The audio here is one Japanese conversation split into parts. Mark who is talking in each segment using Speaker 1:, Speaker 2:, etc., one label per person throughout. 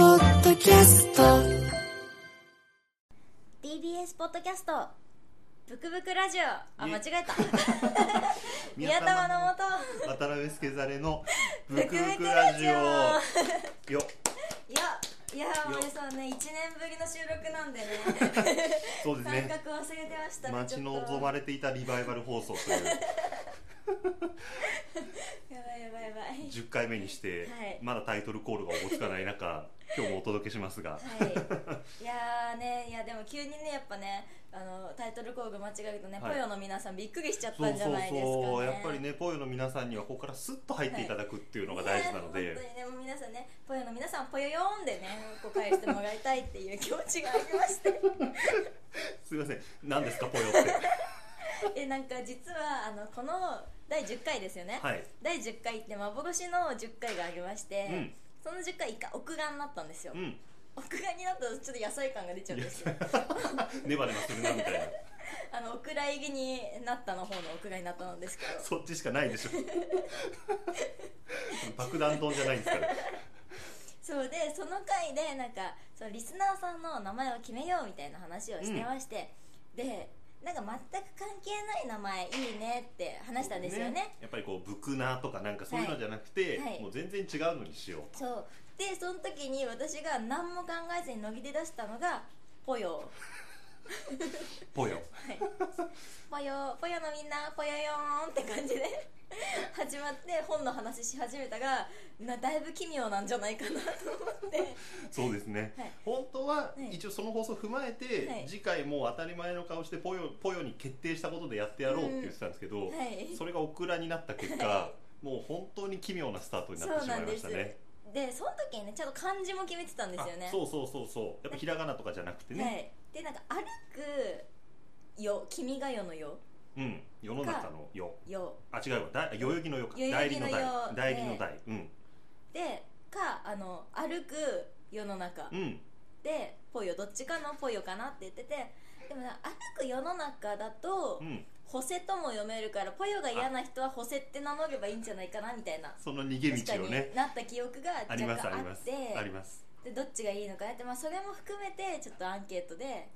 Speaker 1: キャスト
Speaker 2: TBS ポッドキャストブクブクラジオあ
Speaker 3: いえ
Speaker 2: 間違え た宮玉のもと
Speaker 3: 渡辺助ざれのブ
Speaker 2: ブ
Speaker 3: ク
Speaker 2: ク
Speaker 3: ブ
Speaker 2: ブク
Speaker 3: ク
Speaker 2: ラ
Speaker 3: ラ
Speaker 2: ジ
Speaker 3: ジ
Speaker 2: オ
Speaker 3: オよ
Speaker 2: いやいや森さんね1年ぶりの収録なん でね
Speaker 3: そうです
Speaker 2: 感
Speaker 3: ね
Speaker 2: 覚忘れてましたね
Speaker 3: 待ち
Speaker 2: ちょっと
Speaker 3: 望まれていたリバイバル放送という
Speaker 2: やばいやばいやばい
Speaker 3: 10回目にして、
Speaker 2: はい
Speaker 3: まだタイトルコールがおぼつかない中今日もお届けしますが、
Speaker 2: はい、いやーねいやでも急にねやっぱねあのタイトルコール間違えるとね、
Speaker 3: はい
Speaker 2: ポヨの皆さんびっくりしちゃっ
Speaker 3: そ
Speaker 2: た
Speaker 3: うん
Speaker 2: じゃ
Speaker 3: そう
Speaker 2: ないですか、ね、
Speaker 3: そうやっぱりねポヨの皆さんにはここからスッと入っていただくっていうのが大事なので、
Speaker 2: ね本当にねもう皆さんねポヨの皆さんポヨヨーンでねこう返してもらいたいっていう気持ちがありまして
Speaker 3: すいません何ですかポヨって
Speaker 2: えなんか実はあのこの第10回ですよね、
Speaker 3: はい
Speaker 2: 第10回って幻の10回がありまして、
Speaker 3: うん
Speaker 2: その10回一回奥眼になったんですよ、
Speaker 3: うん
Speaker 2: 奥眼になったとちょっと野菜感が出ちゃう んですよ
Speaker 3: ネバネバするなみたいな
Speaker 2: あのお蔵入りになったの方の奥眼になったんですけど
Speaker 3: そっちしかないでしょ 爆弾丼じゃないんですから
Speaker 2: そうでその回でなんかそのリスナーさんの名前を決めようみたいな話をしてまして、でなんか全く関係ない名前いいねって話したんですよね
Speaker 3: やっぱりこうブクナーとかなんかそういうのじゃなくて、
Speaker 2: はいはい
Speaker 3: もう全然違うのにしよう
Speaker 2: そうでその時に私が何も考えずに乃木で出したのがポヨ
Speaker 3: ぽよ
Speaker 2: はいぽよぽよのみんなぽよよーんって感じで始まって本の話し始めたがなだいぶ奇妙なんじゃないかなと思って
Speaker 3: そうですね、
Speaker 2: はい
Speaker 3: 本当はい一応その放送踏まえて、
Speaker 2: はい
Speaker 3: 次回もう当たり前の顔してぽよぽよに決定したことでやってやろうって言ってたんですけど、
Speaker 2: はい
Speaker 3: それがオクラになった結果、
Speaker 2: は
Speaker 3: もう本当に奇妙なスタートになって
Speaker 2: そう
Speaker 3: しま
Speaker 2: ないん
Speaker 3: ま
Speaker 2: で
Speaker 3: し
Speaker 2: す
Speaker 3: たね
Speaker 2: でその時にねちゃんと漢字も決めてたんですよね
Speaker 3: あそうそうそうそうやっぱひらがなとかじゃなくてね、
Speaker 2: はい、でなんか歩くよ君が代のよ
Speaker 3: うん世の中の世
Speaker 2: よ
Speaker 3: あ違うわだ代々木の世か
Speaker 2: 代々
Speaker 3: 代
Speaker 2: 木
Speaker 3: 理
Speaker 2: の世
Speaker 3: の代代理の代、
Speaker 2: でかあの歩く世の中
Speaker 3: うんうん
Speaker 2: でぽよどっちかのぽよかなって言っててでもね歩く世の中だと
Speaker 3: うん
Speaker 2: ホセとも読めるからぽよが嫌な人はホセって名乗ればいいんじゃないかなみたいな
Speaker 3: その逃げ
Speaker 2: 確か
Speaker 3: 道を
Speaker 2: に
Speaker 3: ね
Speaker 2: なった記憶が
Speaker 3: あり
Speaker 2: 若
Speaker 3: ますあ
Speaker 2: 干
Speaker 3: り
Speaker 2: あ
Speaker 3: ま
Speaker 2: っ
Speaker 3: す
Speaker 2: て
Speaker 3: あります
Speaker 2: でどっちがいいのかなって、まあ、それも含めてちょっとアンケートで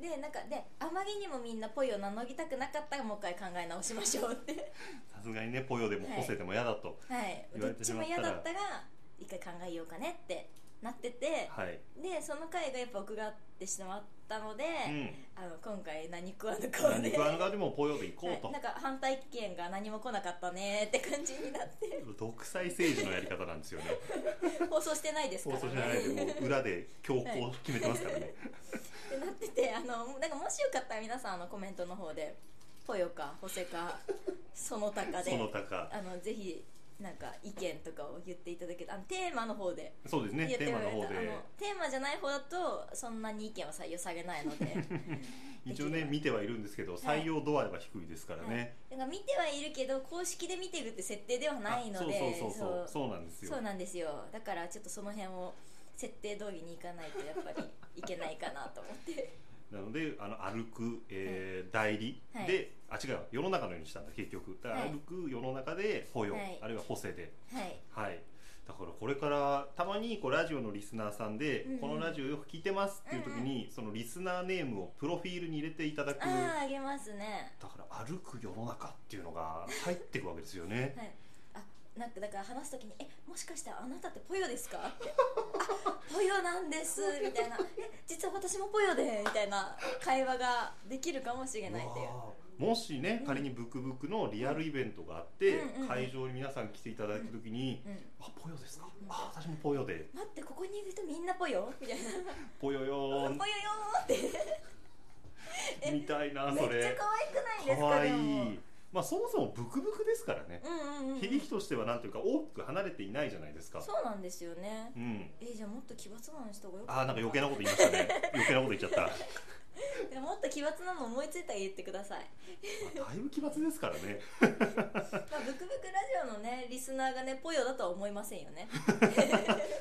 Speaker 2: でなんかであまりにもみんなぽよ名乗りたくなかったらもう一回考え直しましょうって
Speaker 3: さすがにねぽよでも
Speaker 2: はい
Speaker 3: 個性でも嫌だと
Speaker 2: はい、
Speaker 3: 言
Speaker 2: ど
Speaker 3: わ
Speaker 2: っ
Speaker 3: れて
Speaker 2: ち
Speaker 3: し
Speaker 2: も
Speaker 3: まった
Speaker 2: 嫌
Speaker 3: ら
Speaker 2: だったら一回考えようかねってなってて、
Speaker 3: はい、
Speaker 2: でその回がやっぱ奥があってしまったので、
Speaker 3: うん
Speaker 2: あの今回何食わぬ顔で
Speaker 3: 肉穴側でもぽよで行こうと、
Speaker 2: はいなんか反対意見が何も来なかったねって感じになって
Speaker 3: 独裁政治のやり方なんですよね
Speaker 2: 放送してないですか
Speaker 3: 放
Speaker 2: ら
Speaker 3: 送じゃないで
Speaker 2: ね
Speaker 3: もう裏で強行決めてますからね、
Speaker 2: ってなっててあのなんかもしよかったら皆さんあのコメントの方で「ぽよかホセかその他か で」
Speaker 3: その他
Speaker 2: あのぜひなんか意見とかを言っていただけたあのテーマの方で
Speaker 3: そうですね
Speaker 2: 言って
Speaker 3: テー
Speaker 2: も
Speaker 3: マ
Speaker 2: ら
Speaker 3: の
Speaker 2: えた
Speaker 3: 方
Speaker 2: あ
Speaker 3: で
Speaker 2: のテーマじゃない方だとそんなに意見は採用されないので
Speaker 3: 一応ね見てはいるんですけど
Speaker 2: はい
Speaker 3: 採用度合いは低いですからね、
Speaker 2: なんか見てはいるけど公式で見てるって設定ではないので
Speaker 3: あそうそうそうそう
Speaker 2: そう
Speaker 3: そうなんですよ
Speaker 2: そうなんですよだからちょっとその辺を設定通りにいかないとやっぱりいけないかなと思って
Speaker 3: なのであの歩く、えー代理
Speaker 2: はい
Speaker 3: で、あ違う世の中のようにしたんだ結局だから
Speaker 2: はい
Speaker 3: 歩く世の中でぽよ、
Speaker 2: はい
Speaker 3: あるいは補正で
Speaker 2: はい
Speaker 3: はい、だからこれからたまにこうラジオのリスナーさんで、
Speaker 2: うんうん
Speaker 3: このラジオよく聞いてますっていう時に、そのリスナーネームをプロフィールに入れていただくだ
Speaker 2: あ
Speaker 3: か
Speaker 2: ああげますね
Speaker 3: ら歩く世の中っていうのが入っていくわけですよ ね
Speaker 2: はいあなんかだから話すときに「えもしかしたらあなたってポヨですか?」って「あポヨなんです」みたいな「え実は私もポヨで」みたいな会話ができるかもしれないという
Speaker 3: うわーもしね仮にブクブクのリアルイベントがあって、
Speaker 2: うんうんうん
Speaker 3: 会場に皆さん来ていただいた時に
Speaker 2: うん
Speaker 3: 「あぽよですかあ私もぽよで
Speaker 2: 待ってここにいる人みんなぽよみたいな
Speaker 3: ぽよよー ん
Speaker 2: ぽよよー ってえ
Speaker 3: みたいなそ
Speaker 2: めっちゃ
Speaker 3: れ
Speaker 2: 可愛くないです
Speaker 3: か
Speaker 2: か
Speaker 3: わ
Speaker 2: で
Speaker 3: い
Speaker 2: も
Speaker 3: いまあそもそもブクブクですからね、
Speaker 2: うんうんうん
Speaker 3: 響きとしてはなんていうか大きく離れていないじゃないですか
Speaker 2: そうなんですよね
Speaker 3: うん
Speaker 2: えじゃあもっと奇抜なのにした方がよかった
Speaker 3: あーなんか余計なこと言いました ね余計なこと言っちゃった、ま
Speaker 2: でももっと奇抜なの思いついたら言ってくださ い
Speaker 3: あ、だいぶ奇抜ですからね
Speaker 2: まあブクブクラジオのねリスナーがねぽよだとは思いませんよね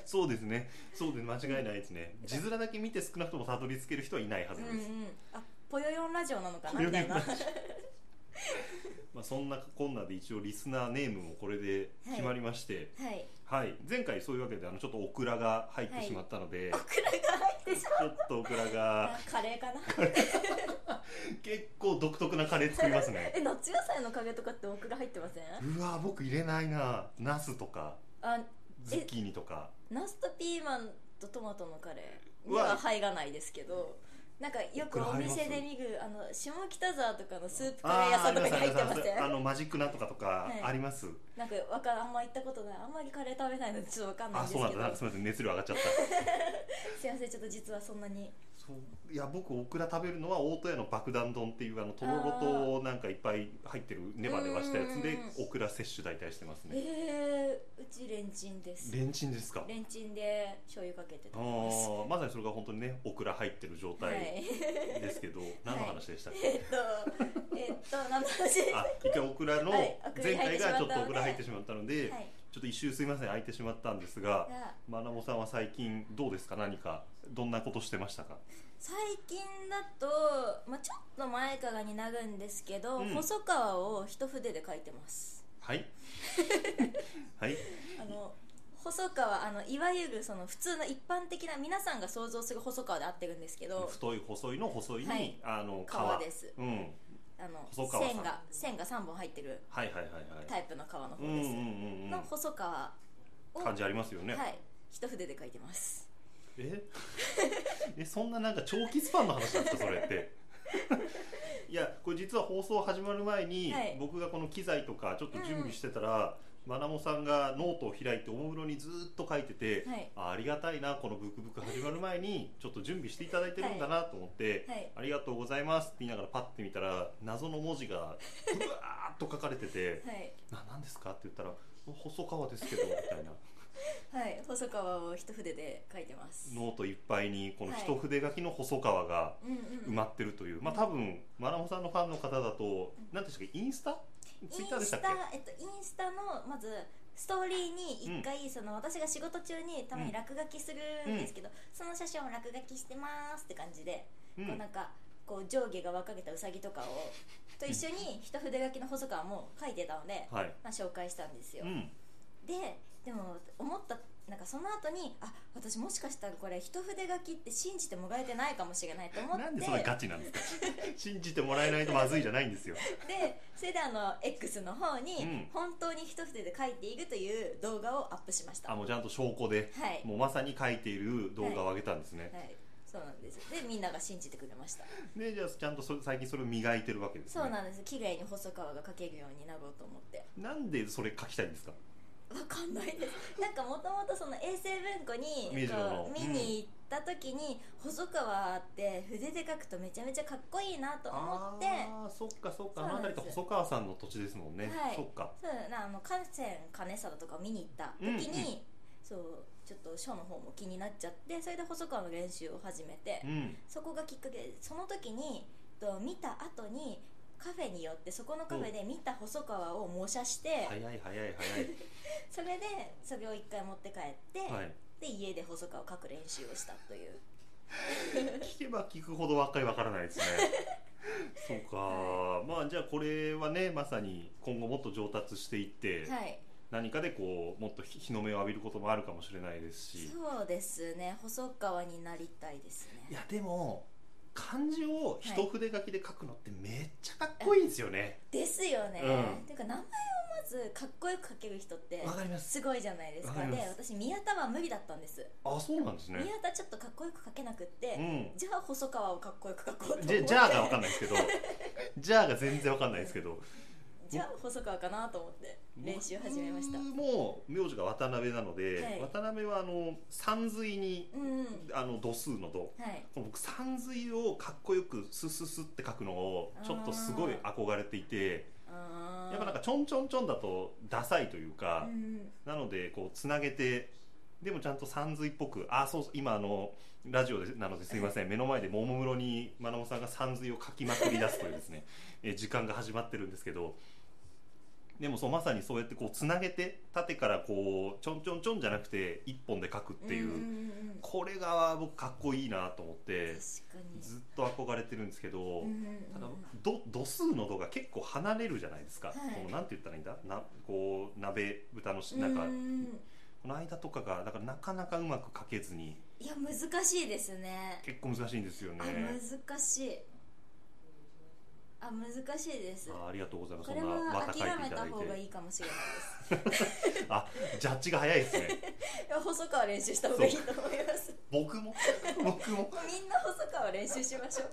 Speaker 3: そうですねそうです間違いないですね字面だけ見て少なくともたどり着ける人はいないは
Speaker 2: う
Speaker 3: ず
Speaker 2: ん
Speaker 3: で
Speaker 2: う
Speaker 3: す、
Speaker 2: んあぽよよんラジオなのか
Speaker 3: こ
Speaker 2: なみ
Speaker 3: れを
Speaker 2: た
Speaker 3: 見
Speaker 2: い
Speaker 3: る
Speaker 2: な
Speaker 3: と まあ、そんなこんなで一応リスナーネームもこれで決まりまして、
Speaker 2: はい
Speaker 3: はい前回そういうわけであのちょっとオクラが入ってしまったので、
Speaker 2: オクラが入ってし
Speaker 3: ちょっとオクラ
Speaker 2: まう
Speaker 3: が
Speaker 2: あカレーかな
Speaker 3: 結構独特なカレー作ります ね
Speaker 2: え夏野菜のカレーとかってオクラ入ってません
Speaker 3: うわ僕入れないなナスとか
Speaker 2: あ
Speaker 3: ズッキーニとか
Speaker 2: ナスとピーマンとトマトのカレー
Speaker 3: う
Speaker 2: に
Speaker 3: わ
Speaker 2: は入らないですけどなんかよくお店で見るあの下北沢とかのスープカレー屋さんとかに入ってません
Speaker 3: あのマジックなんとかとか
Speaker 2: はい
Speaker 3: あります、
Speaker 2: なんかわかんあんま行ったことないあんまりカレー食べないのでちょっとわかんないん
Speaker 3: あ
Speaker 2: です
Speaker 3: そ
Speaker 2: けど
Speaker 3: うなんだなんかすみません熱量上がっちゃった
Speaker 2: すいませんちょっと実はそんなに
Speaker 3: そういや僕オクラ食べるのは大戸屋の爆弾丼っていうあのとろろとなんかいっぱい入ってるネバネバしたやつで
Speaker 2: うんうんうん
Speaker 3: オクラ摂取大体してますね
Speaker 2: えー、うちレンチンです
Speaker 3: レンチンですか
Speaker 2: レンチンで醤油かけて
Speaker 3: あ
Speaker 2: 食べます
Speaker 3: ーまさにそれが本当にねオクラ入ってる状
Speaker 2: は
Speaker 3: 態
Speaker 2: い
Speaker 3: ですけど、何の話でしたっけ、
Speaker 2: えっとえっと何の話でした
Speaker 3: あ
Speaker 2: っ
Speaker 3: 一回オクラの
Speaker 2: はいオクラ
Speaker 3: 前
Speaker 2: に入っ
Speaker 3: 回
Speaker 2: て
Speaker 3: がちょ
Speaker 2: しまっ
Speaker 3: っ
Speaker 2: たの
Speaker 3: と
Speaker 2: で
Speaker 3: オクラ入ってしまったので、
Speaker 2: けはい
Speaker 3: ちょっと一周すいません空いてしまったんですが
Speaker 2: じゃあ
Speaker 3: まなもさんは最近どうですか何かどんなことしてましたか
Speaker 2: 最近だと、まあ、ちょっと前からになるんですけど、
Speaker 3: うん
Speaker 2: 細川を一筆で書いてます
Speaker 3: はい はい
Speaker 2: あの細川あのいわゆるその普通の一般的な皆さんが想像する細川で合ってるんですけど
Speaker 3: 太い細いの細いに、
Speaker 2: はい
Speaker 3: あの皮
Speaker 2: 川です
Speaker 3: うんはい
Speaker 2: あの
Speaker 3: 細川さん
Speaker 2: 線が線が3本入ってる
Speaker 3: はいはいは
Speaker 2: タ
Speaker 3: い
Speaker 2: イプの川の方
Speaker 3: うんうん
Speaker 2: です、
Speaker 3: うん
Speaker 2: の細川
Speaker 3: う
Speaker 2: を、
Speaker 3: ん
Speaker 2: は
Speaker 3: 感じありますよね、
Speaker 2: い一筆で書いてます
Speaker 3: え えそんななんか長期スパンの話なんですかそれって いやこれ実は放送始まる前に、
Speaker 2: はい
Speaker 3: 僕がこの機材とかちょっと準備してたら、まなもさんがノートを開いておもむろにずーっと書いてて、
Speaker 2: はい
Speaker 3: あありがたいなこの「ブクブク」始まる前にちょっと準備していただいてるんだなと思って「
Speaker 2: はい
Speaker 3: ありがとうございます」って言いながらパッて見たら謎の文字がうわーっと書かれてて
Speaker 2: はい、
Speaker 3: 「な何ですか?」って言ったら「細川ですけど」みたいな。
Speaker 2: はい、細川を一筆で書いてます
Speaker 3: ノートいっぱいにこの一筆書きの細川が
Speaker 2: うん
Speaker 3: 埋
Speaker 2: うん
Speaker 3: まってるという、まあ多分マナモさんのファンの方だと何でしたっけインスタツイッターでしたっけ
Speaker 2: インスタ、えっと、インスタのまずストーリーに一回、その私が仕事中にたまに落書きするんですけど、その写真を落書きしてますって感じで、
Speaker 3: うん
Speaker 2: こうなんかこう上下が分かれたウサギとかをと一緒に一筆書きの細川も書いてたので、
Speaker 3: はい
Speaker 2: まあ、紹介したんですよ、
Speaker 3: うん
Speaker 2: ででも思ったなんかその後にあ私もしかしたらこれ一筆書きって信じてもらえてないかもしれないと思って
Speaker 3: なんでそんなガチなんですか 信じてもらえないとまずいじゃないんですよ
Speaker 2: でそれであの X の方
Speaker 3: うん
Speaker 2: に本当に一筆で書いているという動画をアップしました、
Speaker 3: あもうちゃんと証拠で
Speaker 2: はい、
Speaker 3: もうまさに書いている動画を上げたんですね、
Speaker 2: はい、そうなんですでみんなが信じてくれました
Speaker 3: でじゃあちゃんとそれ最近それを磨いてるわけですね
Speaker 2: そうなんです綺麗に細川が書けるようになろうと思って
Speaker 3: なんでそれ書きたいんですか
Speaker 2: わかんないですなんかもともとその衛生文庫に
Speaker 3: 見るの
Speaker 2: こう見に行った時に、細川って筆で書くとめちゃめちゃかっこいいなと思って
Speaker 3: ああそっかそっかあの辺りが細川さんの土地ですもんね、
Speaker 2: はい
Speaker 3: そっか
Speaker 2: そうなあの観戦金貞とかを見に行った時
Speaker 3: うんう
Speaker 2: に、そうちょっと書の方も気になっちゃってそれで細川の練習を始めて、
Speaker 3: うん
Speaker 2: そこがきっかけでその時にと見た後にカフェに寄ってそこのカフェで見た細川を模写して、
Speaker 3: 早い早い早い
Speaker 2: それでそれを一回持って帰って、
Speaker 3: はい
Speaker 2: で家で細川を描く練習をしたという
Speaker 3: 聞けば聞くほどばっかりわからないですねそうか、
Speaker 2: は
Speaker 3: まあじゃあこれはねまさに今後もっと上達していって、
Speaker 2: はい
Speaker 3: 何かでこうもっと日日の目を浴びることもあるかもしれないですし
Speaker 2: そうですね細川になりたいです
Speaker 3: い
Speaker 2: ね
Speaker 3: やでも漢字を一筆書きで書くのってめっちゃかっこいいですよね
Speaker 2: ですよね、
Speaker 3: うん
Speaker 2: ていうか名前をまずかっこよく書ける人って
Speaker 3: わかります
Speaker 2: すごいじゃないですか
Speaker 3: わかり
Speaker 2: で
Speaker 3: ます
Speaker 2: 私宮田は無理だったんです、
Speaker 3: あそうなんですね
Speaker 2: 宮田ちょっとかっこよく書けなくって、
Speaker 3: うん
Speaker 2: じゃあ細川をかっこよく書こうと思って
Speaker 3: じゃじゃあがわかんないですけどじゃあが全然わかんないですけど
Speaker 2: じゃあ細川かなと思って練習始めました
Speaker 3: 僕も名字が渡辺なので、
Speaker 2: はい
Speaker 3: 渡辺はあの三髄に
Speaker 2: うんうん
Speaker 3: あの度数の度
Speaker 2: はい
Speaker 3: 僕三髄をかっこよくスススって書くのをちょっとすごい憧れていて
Speaker 2: あー
Speaker 3: やっぱなんかちょんちょんちょんだとダサいというか
Speaker 2: う、ん
Speaker 3: なのでこうつなげてでもちゃんと三髄っぽくあそうそう今あのラジオでなのですいません目の前でももむろにまな もさんが三髄を書きまくり出すというですねえ時間が始まってるんですけどでもそうまさにそうやってこうつなげて縦からこうちょんちょんちょんじゃなくて一本で書くっていう、
Speaker 2: んんんうん確
Speaker 3: これが僕かっこいいなと思って
Speaker 2: かに
Speaker 3: ずっと憧れてるんですけど、
Speaker 2: うんうんうん
Speaker 3: ただど度数の度が結構離れるじゃないですか、
Speaker 2: はい
Speaker 3: このなんて言ったらいいんだなこう鍋豚のし
Speaker 2: う
Speaker 3: なんか、
Speaker 2: ん
Speaker 3: この間とかがだからなかなかうまく書けずに
Speaker 2: いや難しいですね
Speaker 3: 結構難しいんですよね
Speaker 2: あ難しいあ難しいです
Speaker 3: あありがとうございます
Speaker 2: こ
Speaker 3: そん
Speaker 2: れ
Speaker 3: な
Speaker 2: は
Speaker 3: 綿書いてい
Speaker 2: 諦め
Speaker 3: ただ
Speaker 2: た
Speaker 3: い
Speaker 2: 方が
Speaker 3: て
Speaker 2: いいかもしれないです
Speaker 3: あジャッジが早いですね
Speaker 2: いや細川練習した方がいいと思います
Speaker 3: 僕も 僕も
Speaker 2: みんな細川練習しましょ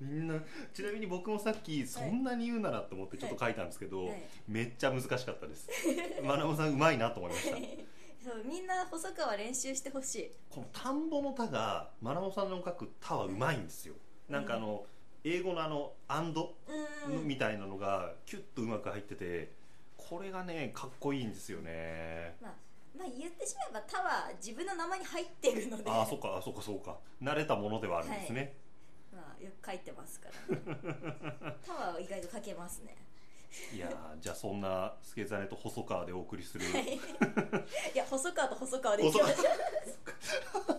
Speaker 3: みんなちなみに僕もさっきそんなに言うならと思ってちょっと書いたんですけど、
Speaker 2: う、はい、
Speaker 3: めっちゃ難しかったですマナモさんうまいなと思いま した
Speaker 2: そうみんな細川練習してほしい
Speaker 3: この田んぼの田がマナモさんの書く田はうまいんですよなんかあの、英語のあの「アンド
Speaker 2: う」ん
Speaker 3: みたいなのがキュッとうまく入っててこれがねかっこいいんですよね
Speaker 2: まあ言ってしまえば「た」は自分の名前に入ってるので
Speaker 3: ああそっかあそっかそうか慣れたものではあるんですね、
Speaker 2: まあよく書いてますから ね「た」は意外と書けますね
Speaker 3: い、やーじゃあそんなスケザネと細川でお送りする
Speaker 2: いや細川と細川でい
Speaker 3: 細
Speaker 2: きま
Speaker 3: 川
Speaker 2: しょ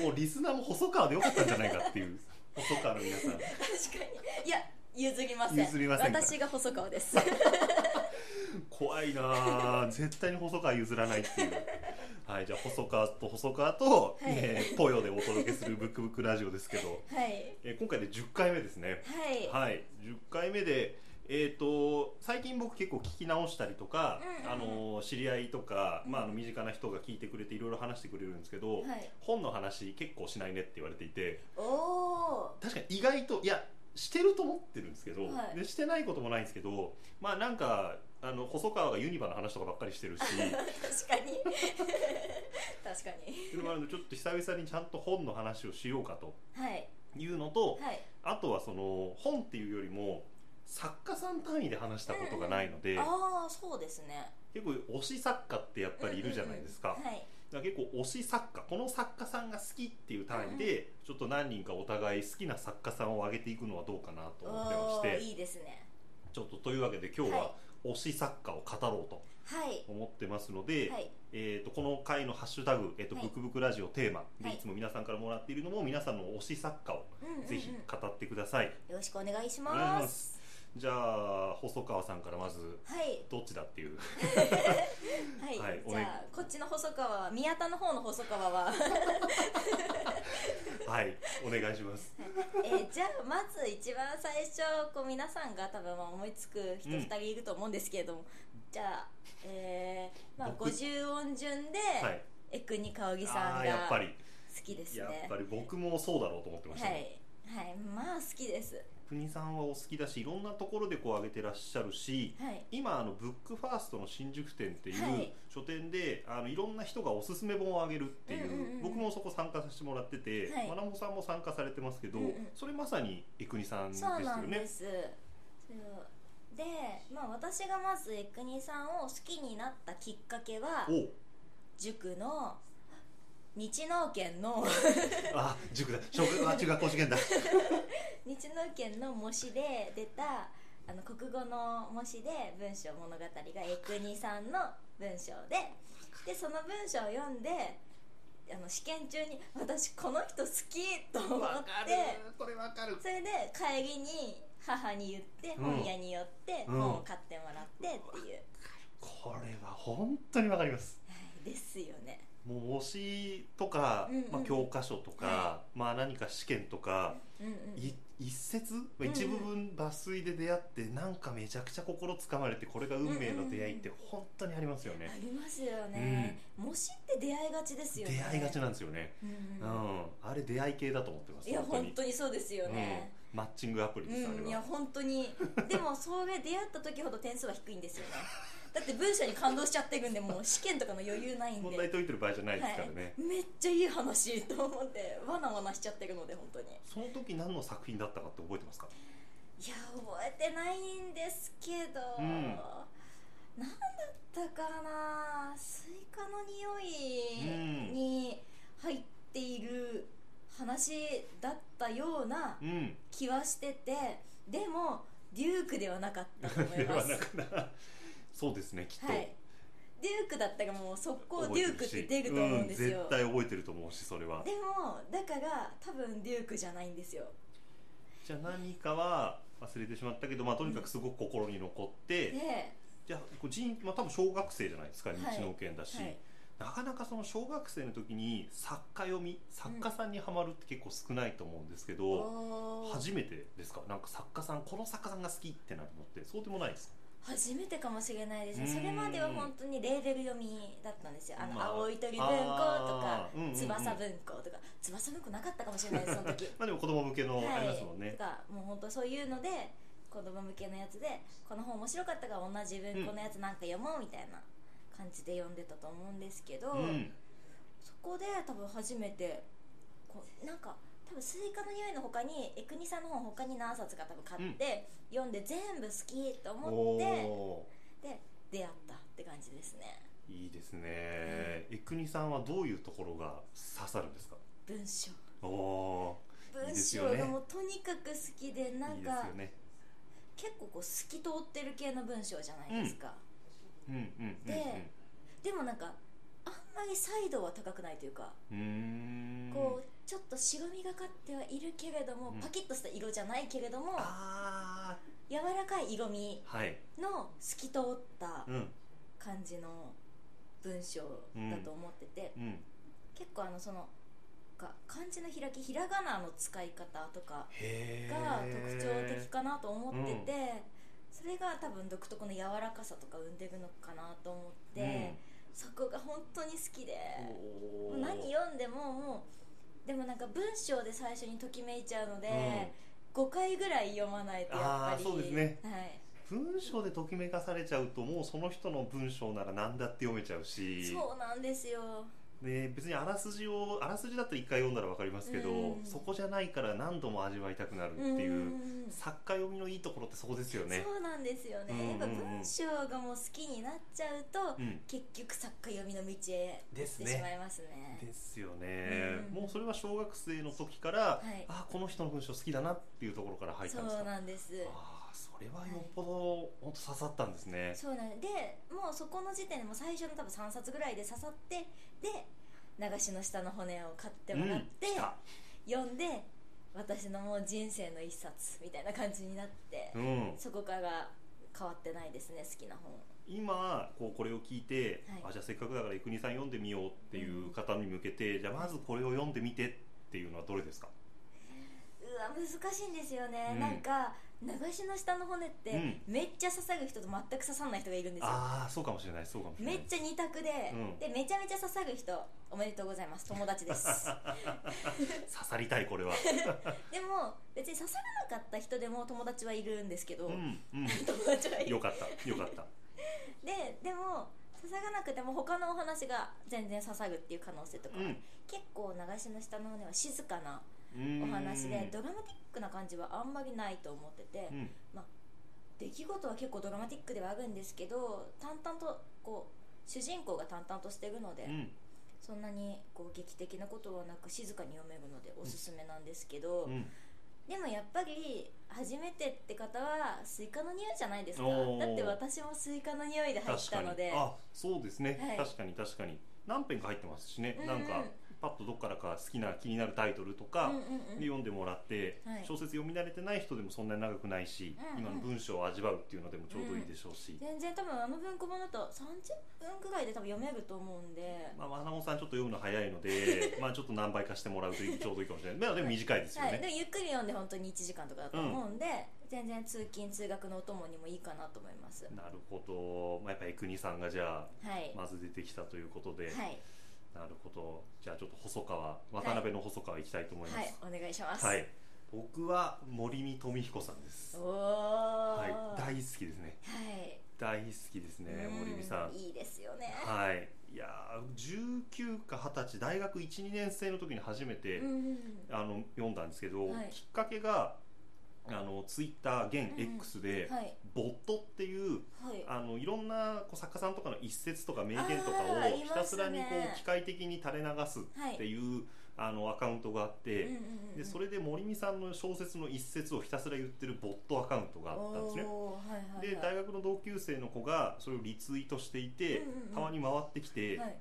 Speaker 2: う
Speaker 3: もうリスナーも細川でよかったんじゃないかっていう細川の皆さん
Speaker 2: 確かにいや譲りません
Speaker 3: 譲りませんか
Speaker 2: 私が細川です
Speaker 3: 怖いなあ絶対に細川譲らないっていうはいじゃあ細川と細川と、
Speaker 2: はい
Speaker 3: えーポヨでお届けする「ブックブックラジオ」ですけど、
Speaker 2: はい
Speaker 3: えー今回で10回目ですね
Speaker 2: はい
Speaker 3: はい10回目でえー、と最近僕結構聞き直したりとか、
Speaker 2: うん
Speaker 3: あ
Speaker 2: うんうん
Speaker 3: の知り合いとか、まあ、あの
Speaker 2: うん
Speaker 3: 身近な人が聞いてくれていろいろ話してくれるんですけど、
Speaker 2: はい
Speaker 3: 本の話結構しないねって言われていて
Speaker 2: おお
Speaker 3: 確かに意外といやしてると思ってるんですけど、
Speaker 2: はい
Speaker 3: でしてないこともないんですけどまあなんかあの細川がユニバの話とかばっかりし てるしっ
Speaker 2: 確かに 確かに
Speaker 3: ていうのもあるのでちょっと久々にちゃんと本の話をしようかと
Speaker 2: はい
Speaker 3: いうのと、
Speaker 2: はい
Speaker 3: あとはその本っていうよりも作家さん単位で話したことがないので、
Speaker 2: ああそうですね
Speaker 3: 結構推し作家ってやっぱりいるじゃないです
Speaker 2: う
Speaker 3: か,、
Speaker 2: んうんうんはい
Speaker 3: だから結構推し作家この作家さんが好きっていう単位で、ちょっと何人かお互い好きな作家さんを挙げていくのはどうかなと思ってま
Speaker 2: お
Speaker 3: して。
Speaker 2: ーいいですね
Speaker 3: ちょっとというわけで今日
Speaker 2: は
Speaker 3: は推し作家を語ろうと
Speaker 2: はい
Speaker 3: 思ってますので、
Speaker 2: はい
Speaker 3: えー、とこの回のハッシュタグ「えーと
Speaker 2: はい
Speaker 3: ブクブクラジオ」テーマで
Speaker 2: はい
Speaker 3: いつも皆さんからもらっているのも皆さんの推し作家を
Speaker 2: うんうんうん
Speaker 3: ぜひ語ってください、
Speaker 2: よろしくお願いし
Speaker 3: お願いし
Speaker 2: ま
Speaker 3: ますすじゃあ細川さんからまず
Speaker 2: はい
Speaker 3: どっちだっていう
Speaker 2: はい、
Speaker 3: はいお
Speaker 2: じ
Speaker 3: 願い
Speaker 2: ゃあこっちの細川は宮田の方の細川は、
Speaker 3: はいお願いします
Speaker 2: えーじゃあまず一番最初こう皆さんが多分まあ思いつく人
Speaker 3: うん
Speaker 2: 二人いると思うんですけれども、じゃあ、えーまあ、
Speaker 3: 僕
Speaker 2: 50音順で、
Speaker 3: はい
Speaker 2: えくにかおぎさ
Speaker 3: あ
Speaker 2: ん
Speaker 3: あーやっ
Speaker 2: が
Speaker 3: ぱ
Speaker 2: 好
Speaker 3: り
Speaker 2: きですね
Speaker 3: やっぱり僕もそうだろうと思ってました、
Speaker 2: は
Speaker 3: ね
Speaker 2: いはいまあ好きです
Speaker 3: 国さんはお好きだしいろんなところでこう上げてらっしゃるし、
Speaker 2: はい
Speaker 3: 今あのブックファーストの新宿店っていう
Speaker 2: はい
Speaker 3: 書店で、い、あのいろんな人がおすすめ本をあげるってい
Speaker 2: う
Speaker 3: う,、
Speaker 2: んうんうん
Speaker 3: 僕もそこ参加させてもらってて、
Speaker 2: はい
Speaker 3: まなもさんも参加されてますけど、
Speaker 2: うんうん
Speaker 3: それまさに江国さんですよ
Speaker 2: そうなん
Speaker 3: ね
Speaker 2: で。すそうでまあ私がまず江国さんを好きになったきっかけは
Speaker 3: お
Speaker 2: 塾の日農研の
Speaker 3: あ塾だ小学あ中学校受 験だ
Speaker 2: 日農研の模試で出たあの国語の模試で文章物語が江国さんの文章ででその文章を読んであの試験中に私この人好きと思っ
Speaker 3: わかる
Speaker 2: て
Speaker 3: これわかる
Speaker 2: それで帰りに母に言って
Speaker 3: うん
Speaker 2: 本屋に寄って
Speaker 3: うん
Speaker 2: 本を買ってもらってっていう、
Speaker 3: これは本当にわかります
Speaker 2: はいですよね
Speaker 3: もう模試とか、
Speaker 2: うんうん
Speaker 3: まあ、教科書とか、
Speaker 2: は
Speaker 3: まあ、何か試験とか、
Speaker 2: うんうん
Speaker 3: い一節、まあ
Speaker 2: うんうん
Speaker 3: 一部分抜粋で出会ってなんかめちゃくちゃ心つかまれてこれが運命の出会いって本当にありますよ
Speaker 2: あ
Speaker 3: ね、
Speaker 2: りますよね、模試って出会いがちですよね
Speaker 3: 出会いがちなんですよね、
Speaker 2: うん
Speaker 3: う
Speaker 2: うん
Speaker 3: んあれ出会い系だと思ってます
Speaker 2: いや本当にそうですよね、
Speaker 3: うん、マッチングアプリ
Speaker 2: う
Speaker 3: です、
Speaker 2: ん、い
Speaker 3: あれ
Speaker 2: や
Speaker 3: は
Speaker 2: 本当 にでもそれ出会った時ほど点数は低いんですよねだって文章に感動しちゃってるんでもう試験とかの余裕ないんで
Speaker 3: 問題解いてる場合じゃないですからね、
Speaker 2: はい、めっちゃいい話と思ってわなわなしちゃってるので本当に
Speaker 3: その時何の作品だったかって覚えてますか
Speaker 2: いや覚えてないんですけど、
Speaker 3: うん
Speaker 2: なんだったかなスイカの匂い
Speaker 3: うん
Speaker 2: に入っている話だったような
Speaker 3: うん
Speaker 2: 気はしててでもデュークではなかったと思い
Speaker 3: で
Speaker 2: ま
Speaker 3: は
Speaker 2: す
Speaker 3: なかなそうですねきっと、
Speaker 2: はいデュークだったらもう速攻
Speaker 3: 覚
Speaker 2: デ
Speaker 3: え
Speaker 2: ュー
Speaker 3: て
Speaker 2: ク
Speaker 3: る
Speaker 2: っ
Speaker 3: して
Speaker 2: 出ると思うんですよ、
Speaker 3: 絶対覚えてると思うしそれは
Speaker 2: でもだから多分デュークじゃないんですよ
Speaker 3: じゃあ何かは忘れてしまったけど、まあ、とにかくすごく心に残って、
Speaker 2: で
Speaker 3: じゃあこう人、まあ、多分小学生じゃないですか
Speaker 2: はい
Speaker 3: 日能研だし、
Speaker 2: はい
Speaker 3: なかなかその小学生の時に作家読み作家さんにはまるって結構少ないと思うんですけど、
Speaker 2: おー
Speaker 3: 初めてですかなんか作家さんこの作家さんが好きってなるのってそうでもないですか
Speaker 2: 初めてかもしれないですね
Speaker 3: うん
Speaker 2: それまでは本当にレーベル読みだったんですよあの、
Speaker 3: まあ
Speaker 2: 青い鳥文庫とか
Speaker 3: あ、ーうんうんうん
Speaker 2: 翼文庫とか翼文庫なかったかもしれないですその 時
Speaker 3: まあでも子供向けのありますもん
Speaker 2: はい、
Speaker 3: ね
Speaker 2: と、かもう本当そういうので子供向けのやつでこの本面白かったから同じ文庫のやつなんか読もうみたいな感じで読んでたと思うんですけど、
Speaker 3: うん
Speaker 2: そこで多分初めてこうなんか多分スイカの匂いの他にエクニさんの本他に何冊か多分買って、読んで全部好きと思って
Speaker 3: お
Speaker 2: で出会ったって感じですね
Speaker 3: ーいいですね、えくにさんはどういうところが刺さるんですか
Speaker 2: 文章
Speaker 3: おおいい
Speaker 2: 文
Speaker 3: です
Speaker 2: 章
Speaker 3: よね
Speaker 2: がもうとにかく好きで
Speaker 3: ー
Speaker 2: なん
Speaker 3: いいです
Speaker 2: か
Speaker 3: よね
Speaker 2: 結構こう透き通ってる系の文章じゃないですか、
Speaker 3: うんうんうん
Speaker 2: ででもなんかあんまり彩度は高くないというか、
Speaker 3: うんうーん
Speaker 2: こうちょっと白みがかってはいるけれども、
Speaker 3: うん
Speaker 2: パキッとした色じゃないけれども
Speaker 3: あ
Speaker 2: 柔らかい色味
Speaker 3: あはい
Speaker 2: の透き通った
Speaker 3: うん
Speaker 2: 感じの文章だと思ってて、
Speaker 3: うん
Speaker 2: 結構あのそのか漢字の開きひらがなの使い方とか
Speaker 3: へえ
Speaker 2: が特徴的かなと思ってて、それが多分独特の柔らかさとか生んでるのかなと思って、そこが本当に好きでもう
Speaker 3: うん、
Speaker 2: 何読んでももうでもなんか文章で最初にときめいちゃうので、5回ぐらい読まないとやっぱり
Speaker 3: あーそうですね
Speaker 2: はい
Speaker 3: 文章でときめかされちゃうともうその人の文章なら何だって読めちゃうし
Speaker 2: そうなんですよ
Speaker 3: ね、別にあらすじをあらすじだと一回読んだら分かりますけど、
Speaker 2: うん
Speaker 3: そこじゃないから何度も味わいたくなるっていう、
Speaker 2: うん
Speaker 3: 作家読みのいいところってそこですよね
Speaker 2: そうなんですよね、
Speaker 3: うんうんうん
Speaker 2: やっぱ文章がもう好きになっちゃうと、
Speaker 3: うん
Speaker 2: 結局作家読みの道へ
Speaker 3: です
Speaker 2: 行ってしま
Speaker 3: ね
Speaker 2: いますね
Speaker 3: ですよね、
Speaker 2: うん
Speaker 3: もうそれは小学生の時から、
Speaker 2: い
Speaker 3: あこの人の文章好きだなっていうところから入ったんです
Speaker 2: そう
Speaker 3: か
Speaker 2: なんです
Speaker 3: ああそれはよっぽど本当刺さったんですね、
Speaker 2: そうなんででもうそこの時点でもう最初の多分3冊ぐらいで刺さってで流しの下の骨を買ってもらって、
Speaker 3: うん、来た
Speaker 2: 読んで私のもう人生の一冊みたいな感じになって、
Speaker 3: うん、
Speaker 2: そこから変わってないですね好きな本
Speaker 3: 今こうこれを聞いて、
Speaker 2: はい
Speaker 3: あじゃあせっかくだから生国さん読んでみようっていう方に向けて、じゃあまずこれを読んでみてっていうのはどれですか
Speaker 2: うわ難しいんですよね、
Speaker 3: うん
Speaker 2: なんか流しの下の骨って、
Speaker 3: うん
Speaker 2: めっちゃ刺さる人と全く刺さない人がいるんですよ
Speaker 3: ああそうかもしれないそうかもしれな
Speaker 2: め
Speaker 3: い
Speaker 2: っちゃ二択で、
Speaker 3: うん
Speaker 2: でめちゃめちゃ刺さる人おめでとうございます友達です
Speaker 3: 刺さりたいこれは
Speaker 2: でも別に刺さらなかった人でも友達はいるんですけど、
Speaker 3: うんうん
Speaker 2: 友達はいる
Speaker 3: よかったよかった
Speaker 2: ででも刺さらなくても他のお話が全然刺さるっていう可能性とか、
Speaker 3: うん
Speaker 2: 結構流しの下の骨は静かな
Speaker 3: うん
Speaker 2: お話でドラマティックな感じはあんまりないと思ってて、
Speaker 3: うん
Speaker 2: 出来事は結構ドラマティックではあるんですけど淡々とこう主人公が淡々としてるので、
Speaker 3: うん
Speaker 2: そんなにこう劇的なことはなく静かに読めるのでおすすめなんですけど、
Speaker 3: うん
Speaker 2: でもやっぱり初めてって方はスイカの匂いじゃないですか
Speaker 3: おー
Speaker 2: だって私もスイカの匂いで入っ
Speaker 3: 確か
Speaker 2: た
Speaker 3: に
Speaker 2: ので
Speaker 3: あそうですね、
Speaker 2: はい
Speaker 3: 確かに確かに何編か入ってますしね、
Speaker 2: うん
Speaker 3: なんかパッとどっからか好きな気になるタイトルとか、
Speaker 2: うんうんうん
Speaker 3: で読んでもらって、
Speaker 2: はい
Speaker 3: 小説読み慣れてない人でもそんなに長くないし、
Speaker 2: うんうん
Speaker 3: 今の文章を味わうっていうのでもちょうどいいでしょうし、
Speaker 2: 全然多分あの文庫本だと30分ぐらいで多分読めると思うんで、
Speaker 3: まあ、まなもさんちょっと読むの早いので まあちょっと何倍かしてもらうといいちょうどいいかもしれないまあでも短いですよ
Speaker 2: はい、で
Speaker 3: ね、
Speaker 2: もゆっくり読んで本当に1時間とかだと思うんで、全然通勤通学のお供にもいいかなと思います
Speaker 3: なるほど、まあ、やっぱエクニさんがじゃあ
Speaker 2: はい、
Speaker 3: まず出てきたということで、
Speaker 2: はい、
Speaker 3: なるほどじゃあちょっと細川渡辺の細川行きたいと思います
Speaker 2: はい、お願いします、
Speaker 3: はい、僕は森見富彦さんです
Speaker 2: お、お、
Speaker 3: はい、大好きですね
Speaker 2: はい
Speaker 3: 大好きですね
Speaker 2: うん
Speaker 3: 森見さん
Speaker 2: いいですよね
Speaker 3: はい、いやー19か20歳大学12年生の時に初めて、
Speaker 2: うん
Speaker 3: あの読んだんですけど、
Speaker 2: はい
Speaker 3: きっかけがあのツイッター現
Speaker 2: うん
Speaker 3: X で、
Speaker 2: はい
Speaker 3: ボットっていう
Speaker 2: はい
Speaker 3: あのいろんなこう作家さんとかの一節とか名言とか
Speaker 2: あーあ
Speaker 3: を
Speaker 2: りますね
Speaker 3: ひたすらにこう機械的に垂れ流すっていうあのアカウントがあって、
Speaker 2: うんうんうん、
Speaker 3: でそれで森美さんの小説の一節をひたすら言ってるボットアカウントがあったんですね
Speaker 2: おーはいはいはい、
Speaker 3: で大学の同級生の子がそれをリツイートしていて、
Speaker 2: うんうんうん
Speaker 3: たまに回ってきて、
Speaker 2: はい、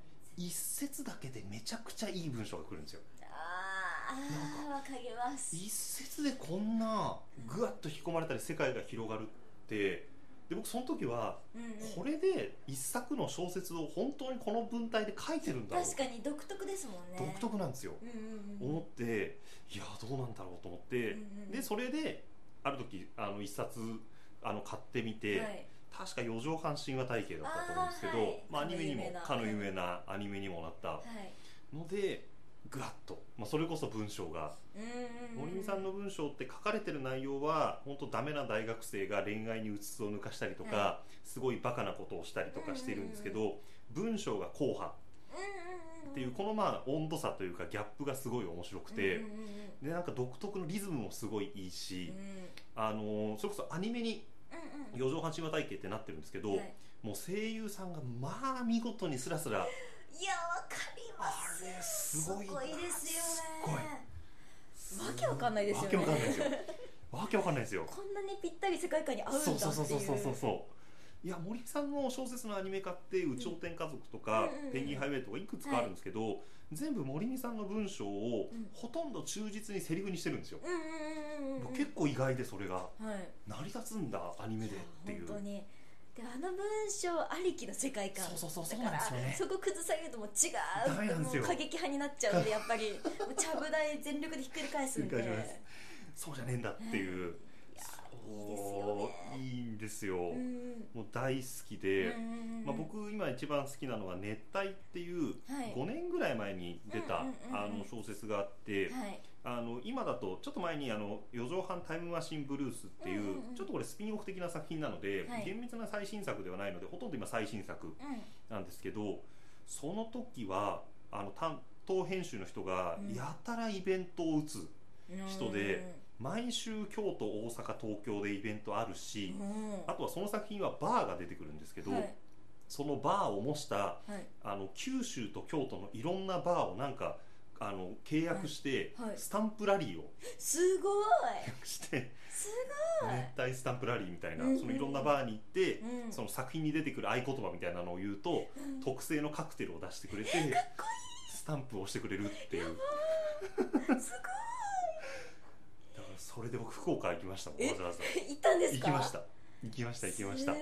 Speaker 3: 一節だけでめちゃくちゃいい文章が来るんですよ
Speaker 2: あーあーわかります
Speaker 3: 一節でこんなぐわっと引き込まれたり世界が広がるってで僕その時は
Speaker 2: うんうん
Speaker 3: これで一作の小説を本当にこの文体で書いてるんだろう
Speaker 2: 確かに独特ですもんね
Speaker 3: 独特なんですよ、
Speaker 2: うんうんうん
Speaker 3: 思っていやどうなんだろうと思って、
Speaker 2: うんうんうん
Speaker 3: でそれである時あの一冊あの買ってみて、
Speaker 2: はい
Speaker 3: 確か四畳半神話体系だったと思うんですけど
Speaker 2: あーはい
Speaker 3: まあ、アニメにも
Speaker 2: か
Speaker 3: か
Speaker 2: の
Speaker 3: の
Speaker 2: 有
Speaker 3: 有
Speaker 2: 名
Speaker 3: 名なアニメにもなった
Speaker 2: はい
Speaker 3: のでぐわっと、まあ、それこそ文章が
Speaker 2: うんうんう
Speaker 3: 森美さんの文章って書かれてる内容は本当ダメな大学生が恋愛にうつつを抜かしたりとか、すごいバカなことをしたりとかしているんですけど、文章が硬派
Speaker 2: うんうんうん
Speaker 3: っていうこのまあ温度差というかギャップがすごい面白くて、
Speaker 2: うんうんうんうん
Speaker 3: でなんか独特のリズムもすごいいいし、あのーそれこそアニメに
Speaker 2: うんうん
Speaker 3: 四畳半神話体系ってなってるんですけど、
Speaker 2: はい
Speaker 3: もう声優さんがまあ見事にスラスラ
Speaker 2: いやわかります
Speaker 3: あれすごいな
Speaker 2: すごいですよね
Speaker 3: す
Speaker 2: わけわかんないですよね
Speaker 3: わけわかんないですよわけわかんな いですよ
Speaker 2: こんなにぴったり世界観に合うんだって
Speaker 3: そ
Speaker 2: いうう
Speaker 3: そうそうそうそうそうそういや森さんの小説のアニメ化って「有頂天家族」とか
Speaker 2: うんうんうんうん
Speaker 3: 「ペンギンハイウェイ」とかいくつかあるんですけど、全部森美さんの文章を
Speaker 2: うん
Speaker 3: ほとんど忠実にセリフにしてるんですよ、
Speaker 2: うんうんうんうんうん
Speaker 3: 結構意外でそれが
Speaker 2: はい
Speaker 3: 成り立つんだアニメでっていう
Speaker 2: 本当にであの文章ありきの世界観
Speaker 3: そうそうそう
Speaker 2: だ
Speaker 3: そう
Speaker 2: か
Speaker 3: なん
Speaker 2: ら
Speaker 3: ですよね
Speaker 2: そこ崩されるともう違
Speaker 3: ダメな
Speaker 2: うん
Speaker 3: ですよ
Speaker 2: もう過激派になっちゃうんでやっぱりもうちゃぶ台全力でひっくり返すんで
Speaker 3: ひっくり返しそうじゃねえんだっていう、
Speaker 2: いや
Speaker 3: そういいんです
Speaker 2: ー
Speaker 3: よ、
Speaker 2: いいです
Speaker 3: もう大好き
Speaker 2: よね
Speaker 3: で、
Speaker 2: うんうんうんうん
Speaker 3: まあ、僕今一番好きなのは「熱帯」っていう
Speaker 2: はい
Speaker 3: 5年ぐらい前に出た、
Speaker 2: うんうんうんうん
Speaker 3: あの小説があって、
Speaker 2: はい
Speaker 3: あの今だとちょっと前にあの「四畳半タイムマシンブルース」っていう,、
Speaker 2: うんうんうん
Speaker 3: ちょっとこれスピンオフ的な作品なので、
Speaker 2: はい
Speaker 3: 厳密な最新作ではないのでほとんど今最新作
Speaker 2: うん
Speaker 3: なんですけどその時はあの担当編集の人が
Speaker 2: うん
Speaker 3: やたらイベントを打つ、人で
Speaker 2: う
Speaker 3: 毎週京都大阪東京でイベントあるし、
Speaker 2: んうん
Speaker 3: あとはその作品はバーが出てくるんですけど、
Speaker 2: はい
Speaker 3: そのバーを模した
Speaker 2: はい
Speaker 3: あの九州と京都のいろんなバーをなんかあの契約して、
Speaker 2: はいはい
Speaker 3: スタンプラリーを
Speaker 2: すごい
Speaker 3: して
Speaker 2: す
Speaker 3: 熱帯スタンプラリーみたいな、
Speaker 2: うんうんうん
Speaker 3: そのいろんなバーに行って
Speaker 2: ごい、うん
Speaker 3: その作品に出てくる合言葉みたいなのを言うと、
Speaker 2: うん
Speaker 3: 特製のカクテルを出してくれてスタンプをしてくれるっていうだか
Speaker 2: す
Speaker 3: らそれで僕福岡行きましたもん
Speaker 2: え
Speaker 3: わざわざ
Speaker 2: ごい行ったんです
Speaker 3: 行
Speaker 2: か
Speaker 3: きました行きました行きました
Speaker 2: すごい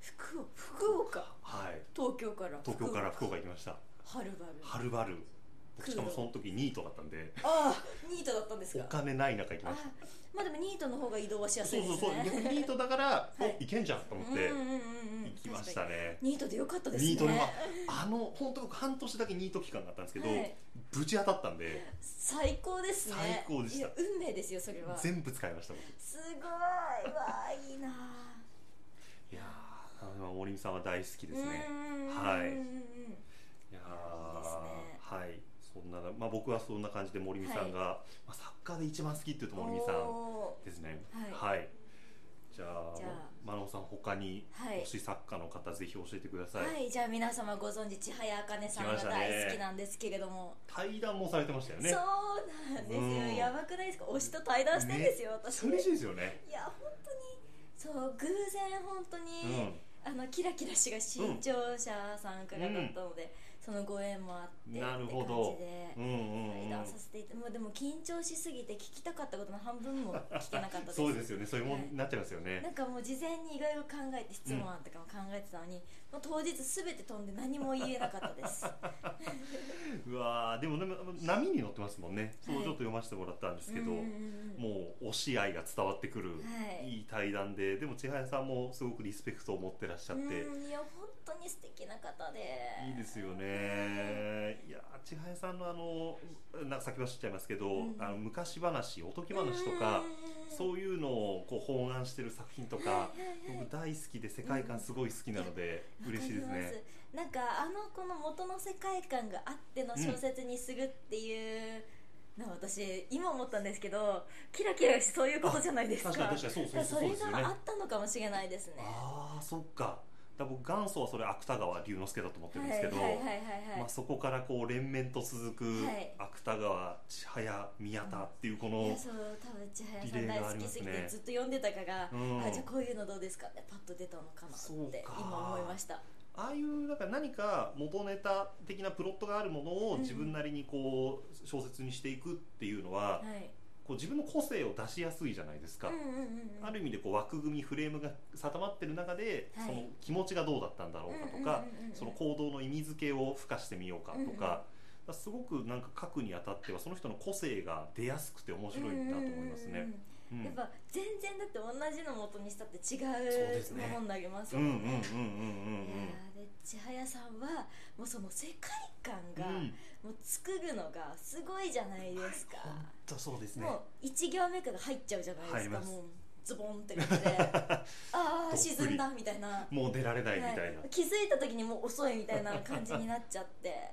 Speaker 2: 福岡福岡
Speaker 3: はい
Speaker 2: 東京から
Speaker 3: 東京から福岡行きました
Speaker 2: はるばる
Speaker 3: はるばる僕しかもその時ニートだったんで
Speaker 2: ああニートだったんです
Speaker 3: お
Speaker 2: か
Speaker 3: 金ない中行き
Speaker 2: あ
Speaker 3: ました
Speaker 2: まあでもニートの方が移動はしやす
Speaker 3: そ
Speaker 2: いうで
Speaker 3: そう
Speaker 2: す
Speaker 3: そう
Speaker 2: ね
Speaker 3: 逆にニートだから
Speaker 2: はい
Speaker 3: おいけんじゃんと思って
Speaker 2: うん
Speaker 3: 行
Speaker 2: うんうんうん
Speaker 3: きましたね
Speaker 2: ニートでよかったですね
Speaker 3: ニートではあの本当僕半年だけニート期間があったんですけど
Speaker 2: はい
Speaker 3: ぶち当たったんで
Speaker 2: 最高ですね
Speaker 3: 最高でした
Speaker 2: いや運命ですよそれは
Speaker 3: 全部使いました僕
Speaker 2: すごいわあいいなあ
Speaker 3: いやーあの森美さんは大好きですね
Speaker 2: うん
Speaker 3: はい
Speaker 2: うんうん
Speaker 3: いやー
Speaker 2: いいですね
Speaker 3: はいそんなまあ僕はそんな感じで森美さんがまあサッカーで一番好きっていうと
Speaker 2: うん
Speaker 3: 森美さん
Speaker 2: お
Speaker 3: ですね
Speaker 2: はい
Speaker 3: はいじゃあ
Speaker 2: じゃあ
Speaker 3: マノンさん他に
Speaker 2: ーはい
Speaker 3: 推し作家の方ぜひ教えてください、
Speaker 2: はい、じゃあ皆様ご存知千早茜さんが
Speaker 3: 来ましたね
Speaker 2: 大好きなんですけれども、
Speaker 3: 対談もされてましたよね
Speaker 2: そうなんですよ、
Speaker 3: うん
Speaker 2: やばくないですか推しと対談してんですよ、私
Speaker 3: 嬉しいですよね
Speaker 2: いや本当にそう偶然本当
Speaker 3: う
Speaker 2: に、
Speaker 3: ん
Speaker 2: あのキラキラ氏が新潮社さんからだったので、そのご縁もあって
Speaker 3: なるほど
Speaker 2: って
Speaker 3: う
Speaker 2: 感じ
Speaker 3: んうん
Speaker 2: で対談させていたもうでも緊張しすぎて聞きたかったことの半分も聞けなかった
Speaker 3: う
Speaker 2: で
Speaker 3: ん
Speaker 2: す
Speaker 3: そうですよねそういうもんになっちゃいますよね
Speaker 2: なんかもう事前にいろいろ考えて質問案とかも考えてたのに、もう当日すべて飛んで何も言えなかったですで
Speaker 3: うわーでもでも波に乗ってますもんねそ
Speaker 2: はい
Speaker 3: うちょっと読ませてもらったんですけど
Speaker 2: うんうんうんうん
Speaker 3: もう推し愛が伝わってくる
Speaker 2: はい
Speaker 3: いい対談ででも千早さんもすごくリスペクトを持ってらっしゃって
Speaker 2: うんいや本当に素敵な方で
Speaker 3: いいですよねいやー千早さんのあのなんか先走っちゃいますけど
Speaker 2: うん
Speaker 3: あの昔話おとぎ話とかそういうのをこう翻案してる作品とか僕大好きで世界観すごい好きなので嬉しいです
Speaker 2: わかり
Speaker 3: ね。
Speaker 2: ますなんかあのこの元の世界観があっての小説にするっていうのは私今思ったんですけどキラキラしそういうことじゃないですか
Speaker 3: 確かに確かにそうそうそ
Speaker 2: だ
Speaker 3: うそう
Speaker 2: ら
Speaker 3: です
Speaker 2: そ
Speaker 3: よ
Speaker 2: れ
Speaker 3: ね
Speaker 2: があ。ったのかもしれないですね
Speaker 3: ああそっか。だから僕元祖はそれ芥川龍之介だと思ってるんですけど、
Speaker 2: はいはいはいはい
Speaker 3: ま
Speaker 2: は
Speaker 3: あ、
Speaker 2: い
Speaker 3: そこからこう連綿と続く
Speaker 2: はい
Speaker 3: 芥川千早宮田っていうこ
Speaker 2: いや
Speaker 3: の、
Speaker 2: そう多分千早さ
Speaker 3: リ
Speaker 2: ん
Speaker 3: レー
Speaker 2: 大
Speaker 3: があ
Speaker 2: 好
Speaker 3: りま
Speaker 2: き
Speaker 3: す
Speaker 2: すぎ
Speaker 3: ね
Speaker 2: てずっと読んでたかが、
Speaker 3: うん
Speaker 2: あじゃあこういうのどうですかってパッと出たのかな
Speaker 3: そう
Speaker 2: って
Speaker 3: か
Speaker 2: 今思いました
Speaker 3: ああいうなんか何か元ネタ的なプロットがあるものを
Speaker 2: うん
Speaker 3: 自分なりにこう小説にしていくっていうのは、
Speaker 2: はい
Speaker 3: こう自分の個性を出しやすいじゃないですか。
Speaker 2: うんうんうんうん
Speaker 3: ある意味でこう枠組みフレームが定まってる中で、
Speaker 2: はい
Speaker 3: その気持ちがどうだったんだろうかとか、
Speaker 2: うんうんうんうん
Speaker 3: その行動の意味付けを付加してみようかとか,、
Speaker 2: うんうん
Speaker 3: だからすごくなんか書くにあたってはその人の個性が出やすくて面白いなと思います
Speaker 2: うんうん
Speaker 3: ね。う
Speaker 2: うんうん
Speaker 3: ん
Speaker 2: やっぱ全然だって同じの元にしたって違
Speaker 3: そうです
Speaker 2: う
Speaker 3: ね
Speaker 2: ものになります
Speaker 3: う
Speaker 2: も
Speaker 3: んうんうんん
Speaker 2: ね
Speaker 3: うん
Speaker 2: いやーで千早さんはもうその世界観
Speaker 3: うんう
Speaker 2: が、
Speaker 3: ん。
Speaker 2: もう作るのがすごいじゃないですか、
Speaker 3: 本当そうですね
Speaker 2: も。う1行目から入っちゃうじゃないで
Speaker 3: 入り
Speaker 2: す
Speaker 3: ま
Speaker 2: か
Speaker 3: す
Speaker 2: もうズボンって 感じであ
Speaker 3: どっぷ
Speaker 2: あ
Speaker 3: り
Speaker 2: 沈んだみたいな、
Speaker 3: もう出られないみたいな。
Speaker 2: はい気づいた時にもう遅いみたいな感じになっちゃって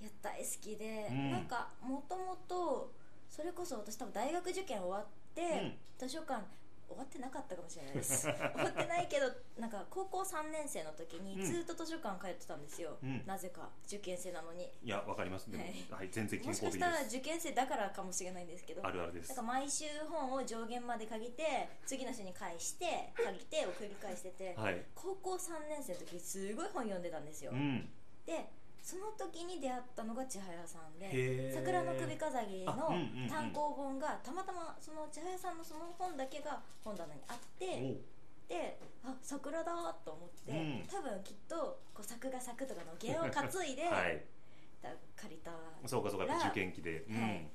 Speaker 2: いや大好きで、
Speaker 3: うん
Speaker 2: なんかもともとそれこそ私多分大学受験終わって、図書館終わってなかったかもしれないです 終わってないけどなんか高校3年生の時
Speaker 3: うん
Speaker 2: にずっと図書館通ってたんですよ、
Speaker 3: うん
Speaker 2: なぜか受験生なのに
Speaker 3: いやわかります。でも
Speaker 2: はい
Speaker 3: はい全然健
Speaker 2: もし
Speaker 3: 康
Speaker 2: か
Speaker 3: 的
Speaker 2: した
Speaker 3: です
Speaker 2: ら。受験生だからかもしれないんですけど
Speaker 3: あるあるで
Speaker 2: なん
Speaker 3: す
Speaker 2: か。毎週本を上限まで限って次の週に返して借りてを繰り返してて
Speaker 3: はい。
Speaker 2: 高校3年生の時すごい本読んでたんですよ
Speaker 3: うん。
Speaker 2: でその時に出会ったのが千早さんで
Speaker 3: へ
Speaker 2: 「
Speaker 3: ー
Speaker 2: 桜の首飾り」
Speaker 3: あ
Speaker 2: の
Speaker 3: うんうんうん
Speaker 2: 単行本がたまたまその千早さんのその本だけが本棚にあってであ桜だと思って、
Speaker 3: うん
Speaker 2: 多分きっとこう作画作とかの弦を担いで、
Speaker 3: お はい。
Speaker 2: だ借りた
Speaker 3: そうかそうか
Speaker 2: ら
Speaker 3: 受験期で。うん。
Speaker 2: はい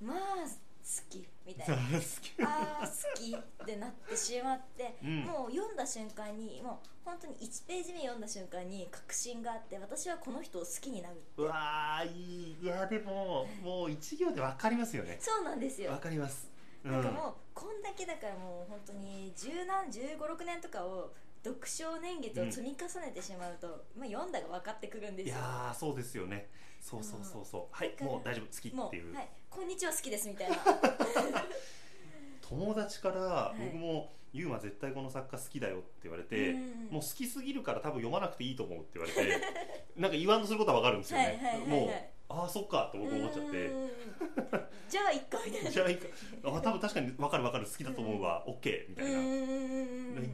Speaker 2: まあ好きみたい
Speaker 3: 好
Speaker 2: な
Speaker 3: き
Speaker 2: あー好きってなってしまって、
Speaker 3: うん
Speaker 2: もう読んだ瞬間にもう本当に1ページ目読んだ瞬間に確信があって私はこの人を好きになる
Speaker 3: うわーいいいやでももう一行でわかりますよね
Speaker 2: そうなんですよ
Speaker 3: わかりますう
Speaker 2: なんかもうこんだけだからもう本当に十何1 5 6年とかを読書年月を積み重ねてしまうと、まあ、読んだが分かってくるんで
Speaker 3: い
Speaker 2: すよ
Speaker 3: やーそうですよねそうそうそうそうはい
Speaker 2: だから
Speaker 3: もう大丈夫好きっ
Speaker 2: も、
Speaker 3: ていうう
Speaker 2: はい、こんにちは好きですみ たいな
Speaker 3: 友達から
Speaker 2: い
Speaker 3: 僕も「ユうマ絶対この作家好きだよ」って言われて
Speaker 2: うん
Speaker 3: もう好きすぎるから多分読まなくていいと思うって言わ れてなんか言わんとすることはわかるんですよ
Speaker 2: はいはい
Speaker 3: ね
Speaker 2: はいはい
Speaker 3: もうああそっかと僕思っちゃっ
Speaker 2: う
Speaker 3: て
Speaker 2: んじゃあ一回みたいな
Speaker 3: じゃあいいかあ多分確かにわかるわかる好きだと思うわ OK みたいな
Speaker 2: うん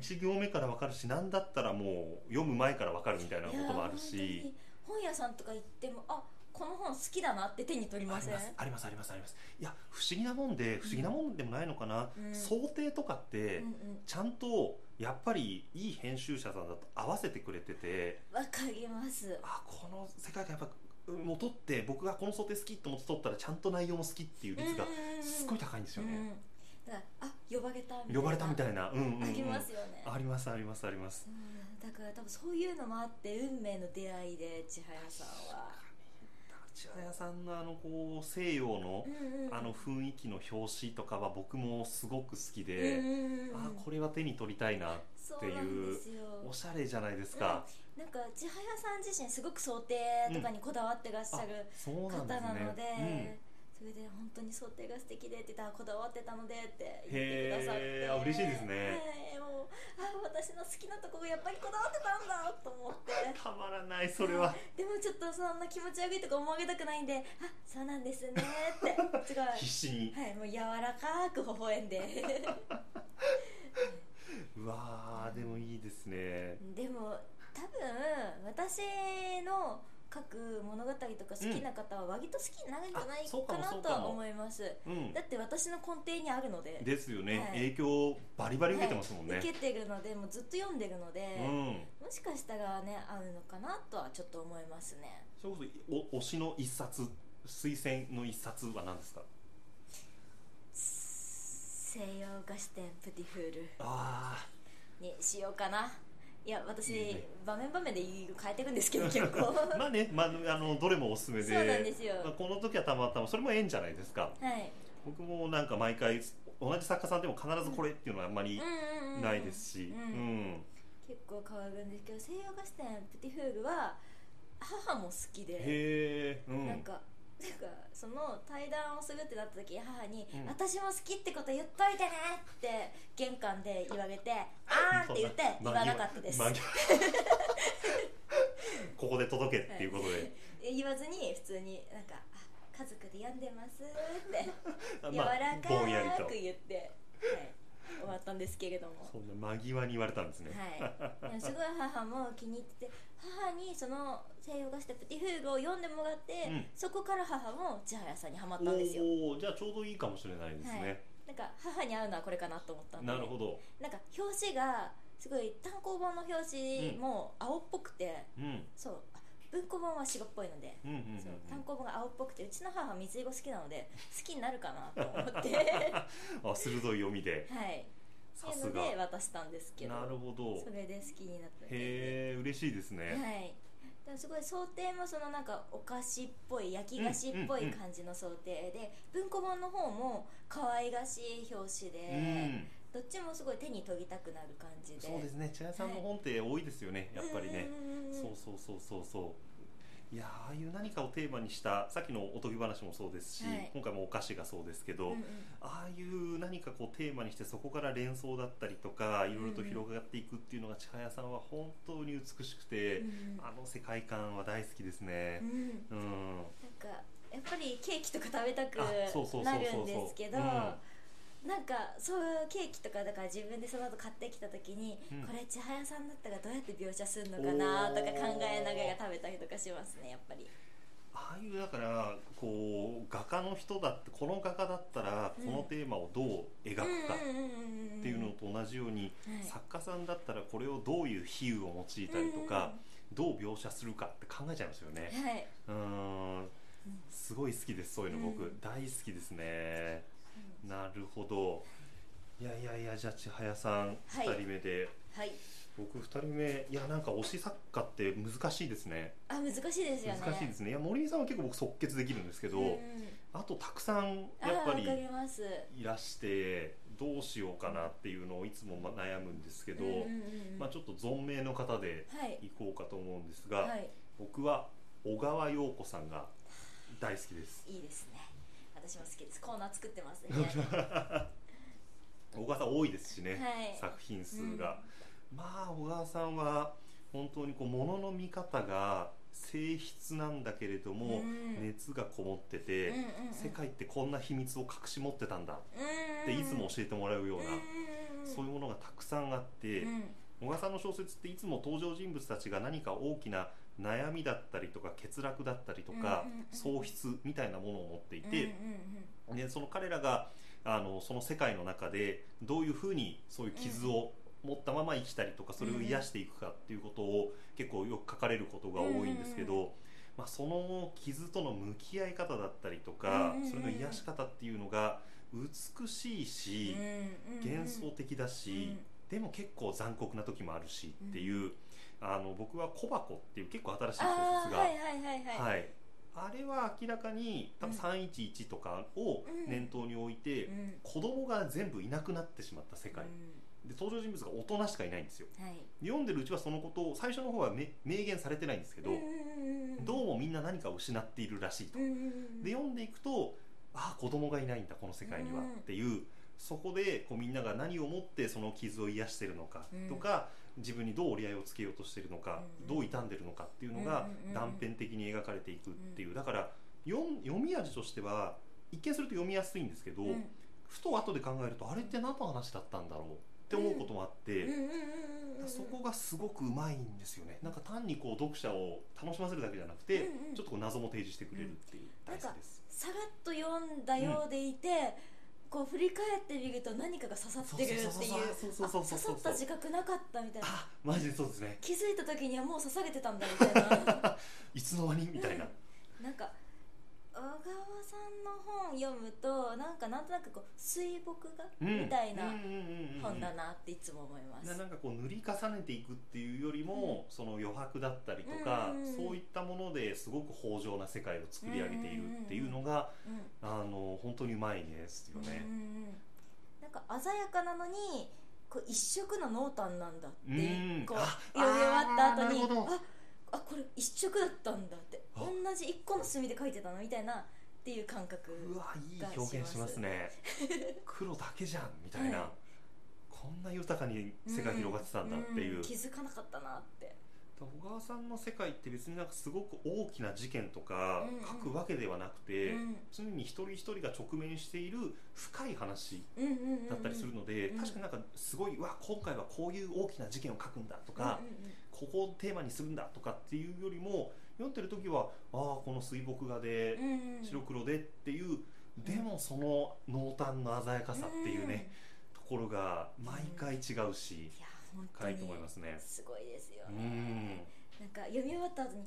Speaker 3: 1行目からわかるし何だったらもう読む前からわかるみたいなこともある
Speaker 2: いやー
Speaker 3: し
Speaker 2: 本当に本屋さんとか行ってもあこの本好きだなって手に取りません
Speaker 3: ありますありますありますありますいや不思議なもんで不思議なもんでもないのかな、
Speaker 2: うん
Speaker 3: 想定とかって、
Speaker 2: うんうん
Speaker 3: ちゃんとやっぱりいい編集者さんだと合わせてくれてて
Speaker 2: わかります
Speaker 3: あこの世界観やっぱうんもう撮って僕がこの想定好きと思って撮ったらちゃんと内容も好きっていう率がすっごい
Speaker 2: で
Speaker 3: 高いんですよね、
Speaker 2: だからあ呼ばれたみたいな
Speaker 3: 呼ばれたみたいな、うんうんうん、
Speaker 2: ありますよね
Speaker 3: ありますありますあります
Speaker 2: うんだから多分そういうのもあって運命の出会いで千早さんは
Speaker 3: 千早さんのあのこう西洋の
Speaker 2: うんうん
Speaker 3: あの雰囲気の表紙とかは僕もすごく好き
Speaker 2: うん
Speaker 3: で、
Speaker 2: うんうん
Speaker 3: あこれは手に取りたいな
Speaker 2: そうなんですよ
Speaker 3: おしゃれじゃないですか、
Speaker 2: なんか千早さん自身すごく想定とかにこだわってらっしゃる
Speaker 3: そうな
Speaker 2: 方
Speaker 3: んですね
Speaker 2: なので
Speaker 3: うん
Speaker 2: それで本当に想定が素敵でって言ったらこだわってたのでって言ってくださって
Speaker 3: へーあ嬉しいですね
Speaker 2: はいもうあ私の好きなとこがやっぱりこだわってたんだと思って
Speaker 3: たまらないそれは
Speaker 2: でもちょっとそんな気持ち悪いとか思われたくないんであそうなんですねってすごい
Speaker 3: 必死に
Speaker 2: はいもう柔らかく微笑んで
Speaker 3: うわーでもいいですね
Speaker 2: でも多分私の書く物語とか好きな方は割と好きになるんじゃない
Speaker 3: あそうか
Speaker 2: か
Speaker 3: も
Speaker 2: な
Speaker 3: そう
Speaker 2: と
Speaker 3: かも
Speaker 2: は思います
Speaker 3: うん
Speaker 2: だって私の根底にあるので
Speaker 3: ですよね、
Speaker 2: はい
Speaker 3: 影響バリバリ受けてますもんね、
Speaker 2: はい受けてるのでもうずっと読んでるので、
Speaker 3: うん
Speaker 2: もしかしたらね合うのかなとはちょっと思いますね
Speaker 3: それこそお推しの一冊推薦の一冊は何ですか
Speaker 2: 西洋菓子店プティフール
Speaker 3: あ
Speaker 2: にしようかないや私
Speaker 3: いいね
Speaker 2: 場面場面で言い変えていくんですけ ど結構
Speaker 3: あ
Speaker 2: は
Speaker 3: まあね、まあ、あのどれもおすすめで
Speaker 2: そうなんですよ
Speaker 3: まあ、この時はたまたまそれも縁じゃないですか
Speaker 2: い
Speaker 3: 僕もなんか毎回同じ作家さんでも必ずこれっていうのはあんまり
Speaker 2: うんうんうん
Speaker 3: ないですし、
Speaker 2: うん
Speaker 3: うん
Speaker 2: 結構変わるんですけど西洋菓子店プティフールは母も好きで
Speaker 3: へえ、うん、
Speaker 2: なんかなんかその対談をするってなった時母に
Speaker 3: う
Speaker 2: 「
Speaker 3: ん
Speaker 2: 私も好きってこと言っといてね」って玄関で言われ て「あー」って言って言わなかったです
Speaker 3: 真逆ここで届けっていうことで、
Speaker 2: え言わずに普通になんかあ「家族で読んでます」って柔
Speaker 3: まあ
Speaker 2: らか
Speaker 3: ぼんやり
Speaker 2: ー
Speaker 3: と
Speaker 2: く言って、はい、終わったんですけれども
Speaker 3: そんな間際に言われたんですね、
Speaker 2: はい、でもすごい母も気に入ってて母にその西洋菓子とプティフールを読んでもらって、
Speaker 3: うん
Speaker 2: そこから母も千原さんにはまったんですよ
Speaker 3: おおーじゃあちょうどいいかもしれないですね、
Speaker 2: なんか母に会うのはこれかなと思ったんで
Speaker 3: なるほど
Speaker 2: なんか表紙がすごい単行本の表紙も青っぽくて、
Speaker 3: うんうん
Speaker 2: そうあ文庫本は白っぽいので、
Speaker 3: うんうんうん
Speaker 2: そう単行本が青っぽくてうちの母は水色好きなの で好きになるかなと思って
Speaker 3: あ鋭い読みで
Speaker 2: はい
Speaker 3: さ
Speaker 2: そういう
Speaker 3: す
Speaker 2: の
Speaker 3: が
Speaker 2: で渡したんですけど
Speaker 3: なるほど
Speaker 2: それで好きになったみたいで
Speaker 3: へえ嬉しいですね、
Speaker 2: はい。でもすごい想定もそのなんかお菓子っぽい焼き菓子っぽ
Speaker 3: うん
Speaker 2: い
Speaker 3: うんうん
Speaker 2: 感じの想定で文庫本の方も可愛らしい表紙でどっちもすごい手に取りたくなる感じ
Speaker 3: うん
Speaker 2: で
Speaker 3: そうですね千谷さんの本って多いですよね、やっぱりね、
Speaker 2: うんうんうんうん
Speaker 3: そうそうそうそうそういやーああいう何かをテーマにしたさっきのおとぎ話もそうですし、
Speaker 2: はい
Speaker 3: 今回もお菓子がそうですけ
Speaker 2: う
Speaker 3: ど、
Speaker 2: んうん
Speaker 3: ああいう何かこうテーマにしてそこから連想だったりとかいろいろと広がっていくっていうのが千早さんは本当に美しくて、あの世界観は大好きですね
Speaker 2: うんう。ん
Speaker 3: うん、
Speaker 2: なんかやっぱりケーキとか食べたく
Speaker 3: あそうそうそうそうそう
Speaker 2: なるんですけど
Speaker 3: うん
Speaker 2: なんかそういうケーキとかだから自分でその後買ってきた時に、
Speaker 3: うん
Speaker 2: これ千早さんだったらどうやって描写するのかなとか考えながら食べたりとかしますねやっぱり。
Speaker 3: ああいうだからこう画家の人だってこの画家だったらこのテーマをどう描くかっていうのと同じように、作家さんだったらこれをどういう比喩を用いたりとか、どう描写するかって考えちゃいますよね。
Speaker 2: はい、はい
Speaker 3: うんすごい好きですそういうの僕、
Speaker 2: うん
Speaker 3: 大好きですね。なるほど。いやいやいや、じゃあ千早さん、
Speaker 2: は
Speaker 3: 二
Speaker 2: い
Speaker 3: 人目で、
Speaker 2: はい、
Speaker 3: 僕二人目、いや、なんか推し作家って難しいですね。
Speaker 2: あ難しいですよね
Speaker 3: 難しいですね。いや、森井さんは結構僕即決できるんですけ
Speaker 2: け
Speaker 3: ど、あとたくさん
Speaker 2: あ
Speaker 3: やっぱ
Speaker 2: わか
Speaker 3: り
Speaker 2: ります
Speaker 3: いらして、どうしようかなっていうのをいつもま悩むんですけど、
Speaker 2: うんうんうんうん
Speaker 3: まあちょっと存命の方で
Speaker 2: はい
Speaker 3: 行こうかと思うんですが、
Speaker 2: はい
Speaker 3: 僕は小川陽子さんが大好きです。
Speaker 2: いいですね私も好きですコーナー作ってますね
Speaker 3: 小川さん多いですしね、
Speaker 2: はい
Speaker 3: 作品数が、まあ小川さんは本当にこうものの見方が静筆なんだけれども、
Speaker 2: うん
Speaker 3: 熱がこもってて、
Speaker 2: うんうんうん
Speaker 3: 世界ってこんな秘密を隠し持ってたんだっ
Speaker 2: って
Speaker 3: いつも
Speaker 2: し
Speaker 3: 教えてもらうよ
Speaker 2: よ
Speaker 3: うな、そういうものがたくさんあって、小川さんの小説っていつも登場人物たちが何か大きな悩みだったりとか欠落だったりとか、
Speaker 2: うんうんうん
Speaker 3: 喪失みたいなものを持っていて、でその彼らがあのその世界の中でどういうふうにそういう傷を持ったまま生きたりとかそれを癒していくかっていうことを結構よく書かれることが多いんですけ
Speaker 2: うんう
Speaker 3: ど、まあ、その傷との向き合い方だったりとか
Speaker 2: うんうんうん
Speaker 3: それの癒し方っていうのが美しいし幻想的だしでも結構残酷な時もあるしっていうあの僕は「小箱」っていう結構新しい小
Speaker 2: あ
Speaker 3: 説
Speaker 2: ー
Speaker 3: が
Speaker 2: はいはいはいはい
Speaker 3: はい、あれは明らかに多分
Speaker 2: うん
Speaker 3: 311とかを念頭に置いて、
Speaker 2: うん
Speaker 3: 子供が全部いなくなってしまった世界、
Speaker 2: う
Speaker 3: で登場人物が大人しかいないんですよ
Speaker 2: んはい
Speaker 3: 読んでるうちはそのことを最初の方はめ明言されてないんですけど、
Speaker 2: うんうんうん
Speaker 3: どうもみんな何かを失っているらしいと、
Speaker 2: うんうん
Speaker 3: で読んでいくとああ子供がいないんだこの世界には
Speaker 2: うん
Speaker 3: っていうそこでこうみんなが何をもってその傷を癒してるのかとか、自分にどう折り合いをつけようとしてるのか、
Speaker 2: うん
Speaker 3: どう傷んでるのかっていうのが
Speaker 2: うんうんうん
Speaker 3: 断片的に描かれていくっていうだから読ん読み味としては一見すると読みやすいんですけど、
Speaker 2: うん
Speaker 3: ふと後で考えるとあれって何の話だったんだろうって思うこともあって。
Speaker 2: うんうんうんうんうん
Speaker 3: そこがすごくうまいんですよねなんか単にこう読者を楽しませるだけじゃなくて、
Speaker 2: うんうん
Speaker 3: ちょっとこう謎も提示してくれるっていう、
Speaker 2: うん
Speaker 3: 大好きです
Speaker 2: さらっと読んだようでいて、こう振り返ってみると何かが刺さってるっていう
Speaker 3: そうそう
Speaker 2: あ
Speaker 3: そ
Speaker 2: 刺
Speaker 3: うそう
Speaker 2: さ
Speaker 3: そう
Speaker 2: った自覚なかったみたいな
Speaker 3: あマジでそうですね
Speaker 2: 気づいた時にはもう刺されてたんだみたいな
Speaker 3: いつの間に みたいな、
Speaker 2: なんか小川さんの本読むとなんかなんとなくこう水墨画、
Speaker 3: うん
Speaker 2: みたいな
Speaker 3: うんうんうんうん
Speaker 2: 本だなっていつも思います、
Speaker 3: ななんかこう塗り重ねていくっていうよりも、その余白だったりとか、
Speaker 2: うんうんうん
Speaker 3: そういったものですごく豊穣な世界を作り上げているっていうのが、
Speaker 2: うん
Speaker 3: あの本当にうまいですよね、
Speaker 2: うんうんうんなんか鮮やかなのにこう一色の濃淡なんだっていう
Speaker 3: うん
Speaker 2: こう
Speaker 3: あ
Speaker 2: 読み終わった後に
Speaker 3: あーなるほど
Speaker 2: ああこれ一色だったんだって
Speaker 3: あ
Speaker 2: 同じ一個の墨で書いてたのみたいなっていう感覚
Speaker 3: うわいい表現しますね黒だけじゃんみたいな、
Speaker 2: はい
Speaker 3: こんな豊かに世界広がってたんだっていう、
Speaker 2: ん気づかなかったなって
Speaker 3: 小川さんの世界って別になんかすごく大きな事件とか
Speaker 2: うんうん
Speaker 3: 書くわけではなくて、
Speaker 2: うん
Speaker 3: 常に一人一人が直面している深い話
Speaker 2: うんうんうんうん
Speaker 3: だったりするので、
Speaker 2: うんうん
Speaker 3: 確かになんかすごい、うわ今回はこういう大きな事件を書くんだとか、
Speaker 2: うんうんうん
Speaker 3: ここをテーマにするんだとかっていうよりも読んでる時はああこの水墨画で
Speaker 2: うんうん
Speaker 3: 白黒でっていう、でもその濃淡の鮮やかさっていうね、ところが毎回違う
Speaker 2: う
Speaker 3: し
Speaker 2: ん、いや本当
Speaker 3: 深
Speaker 2: に
Speaker 3: いと思いますね。
Speaker 2: すごいですよ
Speaker 3: う
Speaker 2: ね
Speaker 3: ん
Speaker 2: なんか読み終わった後には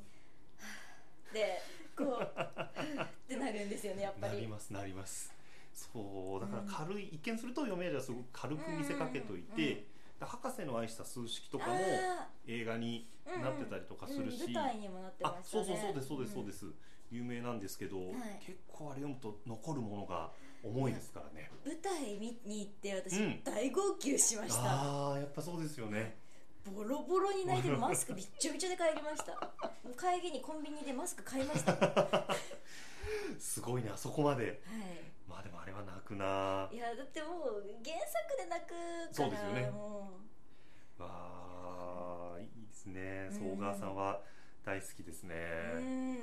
Speaker 2: ぁでこうはぁってなるんですよねやっぱ
Speaker 3: なり
Speaker 2: り
Speaker 3: ますなりますそうだから軽い、一見すると読め味はすごく軽く見せかけといて、
Speaker 2: うんうんうん
Speaker 3: で博士の愛した数式とかも
Speaker 2: あ
Speaker 3: 映画に
Speaker 2: ーうん
Speaker 3: なってたりとかするし、
Speaker 2: うん舞台にもなってま
Speaker 3: あ
Speaker 2: した
Speaker 3: そ
Speaker 2: ね
Speaker 3: うそうそうですそうですそうです、有名なんですけど、
Speaker 2: い
Speaker 3: 結構あれ読むと残るものが重いですからね、
Speaker 2: うん舞台見に行って私、
Speaker 3: うん
Speaker 2: 大号泣しました
Speaker 3: ああやっぱそうですよね
Speaker 2: ボロボロに泣いてマスクびっちょびちょで帰りましたもう帰りにコンビニでマスク買いましたは
Speaker 3: すごいねあそこまで
Speaker 2: い
Speaker 3: まあでもあれは泣くなあ
Speaker 2: いやだってもう原作で泣く
Speaker 3: そ
Speaker 2: から
Speaker 3: うですよね
Speaker 2: も
Speaker 3: あいいですね
Speaker 2: うん
Speaker 3: そう小川さんは大好きですね、
Speaker 2: ううんいい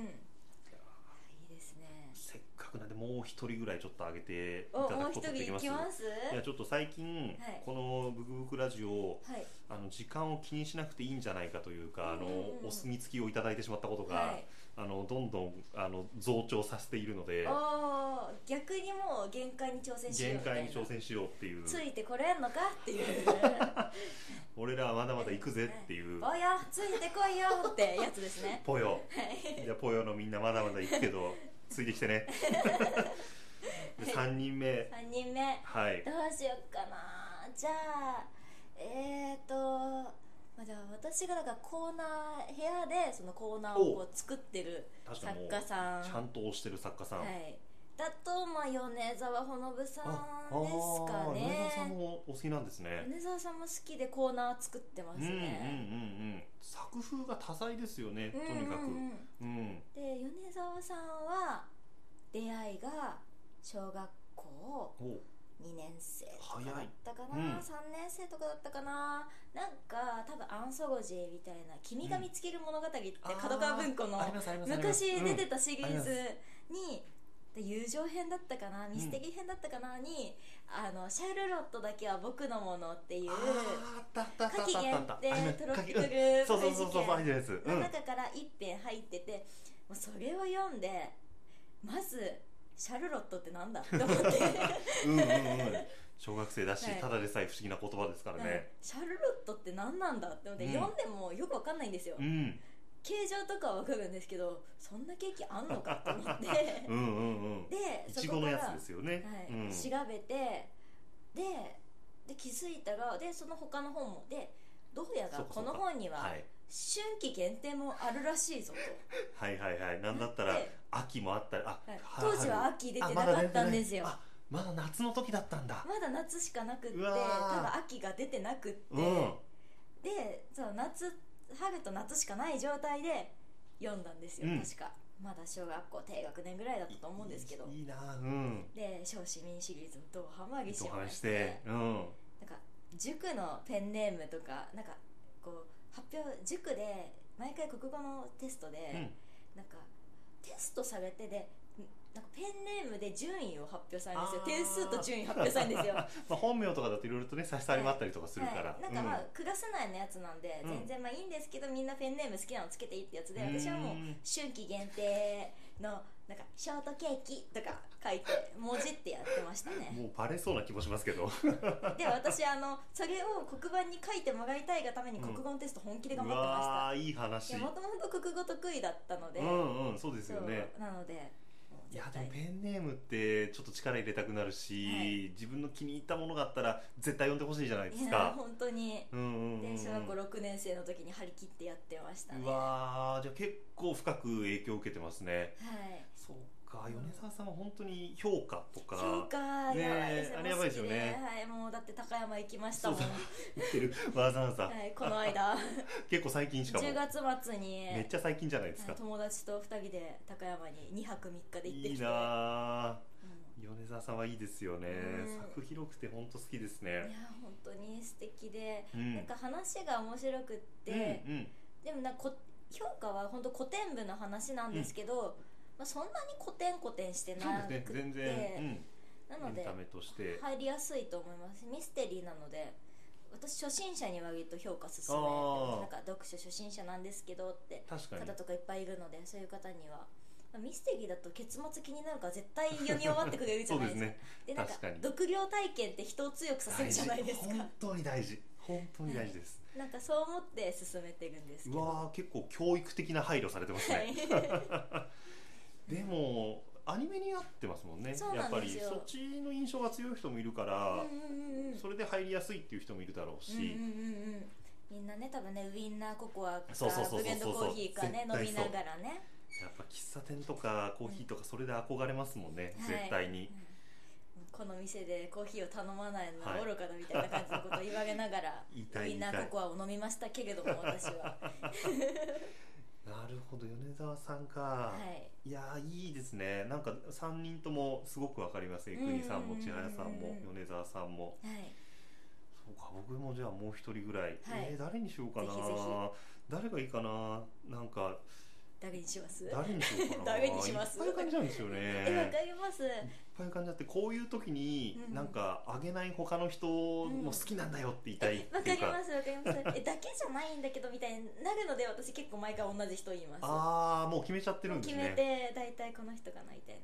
Speaker 2: ですね
Speaker 3: せっかくなんでもう一人ぐらいちょっと上げてい
Speaker 2: お
Speaker 3: ただ
Speaker 2: もう
Speaker 3: く
Speaker 2: 一
Speaker 3: ことでき
Speaker 2: 人
Speaker 3: ま
Speaker 2: い
Speaker 3: す
Speaker 2: きます
Speaker 3: いやちょっと最近、
Speaker 2: はい
Speaker 3: この「ブクブクラジオ
Speaker 2: はい」
Speaker 3: あの時間を気にしなくていいんじゃないかというか、
Speaker 2: うんうんうん
Speaker 3: あのお墨付きをいただいてしまったことが、
Speaker 2: はい
Speaker 3: あのどんどんあの増長させているので
Speaker 2: おー逆にもう限界に挑戦しよう
Speaker 3: 限
Speaker 2: みたいな
Speaker 3: 界に挑戦しようっていう
Speaker 2: ついてこれんのかって いう
Speaker 3: 俺らはまだまだ行くぜっていう
Speaker 2: おやついてこいよってやつですね
Speaker 3: ぽよ
Speaker 2: はい
Speaker 3: じゃあぽよのみんなまだまだ行くけどついてき てねで3人目
Speaker 2: 3人目
Speaker 3: はい
Speaker 2: どうしよっかなじゃあえーとまあじゃあ私がだからコーナー部屋でそのコーナーをこう作ってる
Speaker 3: 確か
Speaker 2: 作
Speaker 3: にもう
Speaker 2: 家さん
Speaker 3: ちゃんと推してる作家さん、
Speaker 2: はいだとまあ米沢ほのぶさん
Speaker 3: あ
Speaker 2: ですか
Speaker 3: あー梅沢さん
Speaker 2: ね
Speaker 3: もお好きなんですね
Speaker 2: 米沢さんも好きでコーナー作ってます
Speaker 3: うんうんうん
Speaker 2: ね
Speaker 3: うん作風が多彩ですよねとにかく
Speaker 2: うんうんうん
Speaker 3: うん
Speaker 2: で米沢さんは出会いが小学校
Speaker 3: お
Speaker 2: 2年生とかだったかな、
Speaker 3: 早いうん
Speaker 2: 3年生とかだったかななんか多分アンソロジーみたいな「君が見つける物語」って
Speaker 3: あー
Speaker 2: 角川文庫の
Speaker 3: ありますありますあります
Speaker 2: 昔出て
Speaker 3: うん
Speaker 2: たシリ
Speaker 3: あり
Speaker 2: ー
Speaker 3: ます
Speaker 2: ズにで友情編だったかなミステリー編だったかなに「あのシャルロットだけは僕のもの」っていう
Speaker 3: あーあったあったあったあ
Speaker 2: 夏季
Speaker 3: ったあ
Speaker 2: 限
Speaker 3: った
Speaker 2: 定トロピカル
Speaker 3: うんそうそうそうそう
Speaker 2: プ
Speaker 3: 入ってるやつう
Speaker 2: の
Speaker 3: ん
Speaker 2: 中から一編入ってて、もうそれを読んでまず「シャルロットってなんだ?」って思って。
Speaker 3: うんうんうん小学生だし、
Speaker 2: はい
Speaker 3: ただでさえ不思議な言葉ですからね、
Speaker 2: シャルロットって何なんだって思って、
Speaker 3: うん
Speaker 2: 読んでもよくわかんないんですよ、
Speaker 3: うん、
Speaker 2: 形状とかはわかるんですけどそんなケーキあんのかと思 って
Speaker 3: うんうんうん
Speaker 2: で
Speaker 3: い
Speaker 2: そ
Speaker 3: ち
Speaker 2: こ
Speaker 3: ご
Speaker 2: か
Speaker 3: の
Speaker 2: ら、
Speaker 3: や
Speaker 2: は
Speaker 3: つですよね、
Speaker 2: い
Speaker 3: うん、
Speaker 2: 調べてでで気づいたらでその他の本もでどうやら
Speaker 3: そうか
Speaker 2: こ
Speaker 3: そう
Speaker 2: の
Speaker 3: か
Speaker 2: 本には
Speaker 3: はい、
Speaker 2: 春季限定もあるらしいぞと、
Speaker 3: はいはいはいなんだったら
Speaker 2: で
Speaker 3: 秋もあったりあ、
Speaker 2: はい当時は秋出て
Speaker 3: あ
Speaker 2: な
Speaker 3: ま
Speaker 2: か
Speaker 3: だ
Speaker 2: ったんですよ、
Speaker 3: あまだ夏の時だったんだ
Speaker 2: まだ夏しかなくって
Speaker 3: う
Speaker 2: た
Speaker 3: わー
Speaker 2: だ秋が出てなくって、
Speaker 3: うん
Speaker 2: でそう夏春と夏しかない状態で読んだんですよ、
Speaker 3: うん
Speaker 2: 確かまだ小学校低学年ぐらいだったと思うんですけど
Speaker 3: いいいいなうん
Speaker 2: で少子民シリーズもドハマりし
Speaker 3: 一
Speaker 2: ま
Speaker 3: 話
Speaker 2: し
Speaker 3: しててうん
Speaker 2: なんか塾のペンネームとかなんかこう発表塾で毎回国語のテストで、
Speaker 3: うん
Speaker 2: なんかテストされてでなんかペンネームで順位を発表されるんですよ点数
Speaker 3: あー
Speaker 2: と順位発表されるんですよ
Speaker 3: まあ本名とかだといろいろとね差し障りもあったり とかするから、
Speaker 2: はい、なんかまあ、クラス内のやつなんで
Speaker 3: うん
Speaker 2: 全然まあいいんですけど、みんなペンネーム好きなのつけていいってやつで
Speaker 3: うん
Speaker 2: 私はもう春季限定のなんかショートケーキとか書いて文字ってやってました
Speaker 3: うん
Speaker 2: ね
Speaker 3: もうバレそうな気もしますけど
Speaker 2: で私あのそれを黒板に書いてもらいたいがために
Speaker 3: うん
Speaker 2: 国語のテスト本気で頑
Speaker 3: う
Speaker 2: 張ってま
Speaker 3: わーいい
Speaker 2: し
Speaker 3: 話
Speaker 2: たもともと国語得意だったので、
Speaker 3: うんうんそうです
Speaker 2: そ
Speaker 3: よ
Speaker 2: う
Speaker 3: ね
Speaker 2: なのでもう
Speaker 3: い
Speaker 2: 絶
Speaker 3: やで
Speaker 2: 対
Speaker 3: もペンネームってちょっと力入れたくなるし、
Speaker 2: はい
Speaker 3: 自分の気に入ったものがあったら絶対呼んでほしいじゃないです
Speaker 2: いや
Speaker 3: か。
Speaker 2: 本当に
Speaker 3: うんうんうんうん
Speaker 2: で小学校6年生の時に張り切ってやってましたね
Speaker 3: うわーじゃあ結構深く影響を受けてますね。
Speaker 2: はい
Speaker 3: そうか
Speaker 2: うん
Speaker 3: 米米沢さんは本当に評価とか
Speaker 2: 評価
Speaker 3: ね
Speaker 2: やばいですね
Speaker 3: あれやばいですよね
Speaker 2: もう好きではいもうだって高山行きましたもん
Speaker 3: そう言ってるわざわざ、
Speaker 2: はいこの間
Speaker 3: 結構最近 しかも
Speaker 2: 10月末に
Speaker 3: めっちゃ最近じゃないです
Speaker 2: は
Speaker 3: か
Speaker 2: い友達と2人で高山に2泊3日で行って
Speaker 3: い
Speaker 2: き
Speaker 3: い
Speaker 2: て
Speaker 3: なあ
Speaker 2: うん
Speaker 3: 米沢さんはいいですよね
Speaker 2: うん
Speaker 3: 作広くて本当好きです
Speaker 2: い
Speaker 3: ね
Speaker 2: や本当に素敵で、
Speaker 3: うん
Speaker 2: なんか話が面白くって、
Speaker 3: うんうん
Speaker 2: でもなんかこ評価は本当古典部の話なんですけど、まあ、そんなに古典古典して
Speaker 3: そう
Speaker 2: なく
Speaker 3: です
Speaker 2: て、
Speaker 3: ね全然、
Speaker 2: な
Speaker 3: うん、エ
Speaker 2: の
Speaker 3: ン
Speaker 2: で
Speaker 3: タメとして
Speaker 2: 入りやすいと思いますミステリーなので私初心者には割と評価すす
Speaker 3: あー
Speaker 2: めなんか読書初心者なんですけどって
Speaker 3: 確かに
Speaker 2: 方とかいっぱいいるのでそういう方にはまあミステリーだと結末気になるから絶対読み終わってくれるじゃないですか
Speaker 3: そうですね
Speaker 2: でなんか
Speaker 3: 確かに
Speaker 2: 独業体験って人を強くさせるじゃないですか
Speaker 3: 大事本当に大事本当に大事です、
Speaker 2: なんかそう思って進めてるんですけ
Speaker 3: う
Speaker 2: ど
Speaker 3: わー結構教育的な配慮されてますね、
Speaker 2: はい
Speaker 3: でもアニメになってますもんね
Speaker 2: そう
Speaker 3: や
Speaker 2: な
Speaker 3: っ
Speaker 2: ん
Speaker 3: ぱ
Speaker 2: で
Speaker 3: り
Speaker 2: すよ
Speaker 3: そっちの印象が強い人もいるから、
Speaker 2: うんうんうんうん
Speaker 3: それで入りやすいっていう人もいるだろうし、
Speaker 2: うんうんうんうんみんなね多分ねウインナーココアか
Speaker 3: そうそうそうそう
Speaker 2: ブレンドコーヒーかね
Speaker 3: 絶
Speaker 2: 飲
Speaker 3: 対
Speaker 2: みながらね
Speaker 3: やっぱ喫茶店とかコーヒーとかそれで憧れますもんね、
Speaker 2: はい
Speaker 3: 絶対に、
Speaker 2: うんこの店でコーヒーを頼まないのは
Speaker 3: はい
Speaker 2: 愚かだみたいな感じのことを言われながら
Speaker 3: 言いたい
Speaker 2: ウインナーココアを飲みましたけれども私は
Speaker 3: なるほど米沢さんか、
Speaker 2: はい
Speaker 3: い、やーいいですねなんか3人ともすごくわかります江国さんも
Speaker 2: うんうんうんうん
Speaker 3: 千早さんも米沢さんも
Speaker 2: はい
Speaker 3: そうか僕もじゃあもう一人ぐらい、
Speaker 2: はい
Speaker 3: えー誰にしようかな
Speaker 2: ぜひぜ
Speaker 3: 誰がいいかななんか
Speaker 2: 誰にします
Speaker 3: 誰にしようかな
Speaker 2: 誰にします
Speaker 3: いっぱい浮かんじゃうんですよ
Speaker 2: えわか
Speaker 3: ね
Speaker 2: ります
Speaker 3: いっぱい浮かんじゃってこういう時に
Speaker 2: うん
Speaker 3: なんかあげない他の人も好きなんだよって言いたいって
Speaker 2: わか
Speaker 3: い
Speaker 2: り
Speaker 3: うか、
Speaker 2: ますわかりますえだけじゃないんだけどみたいになるので私結構毎回同じ人言います
Speaker 3: ああもう決めちゃってるんです
Speaker 2: 決
Speaker 3: ね
Speaker 2: めて大体この人かなみたい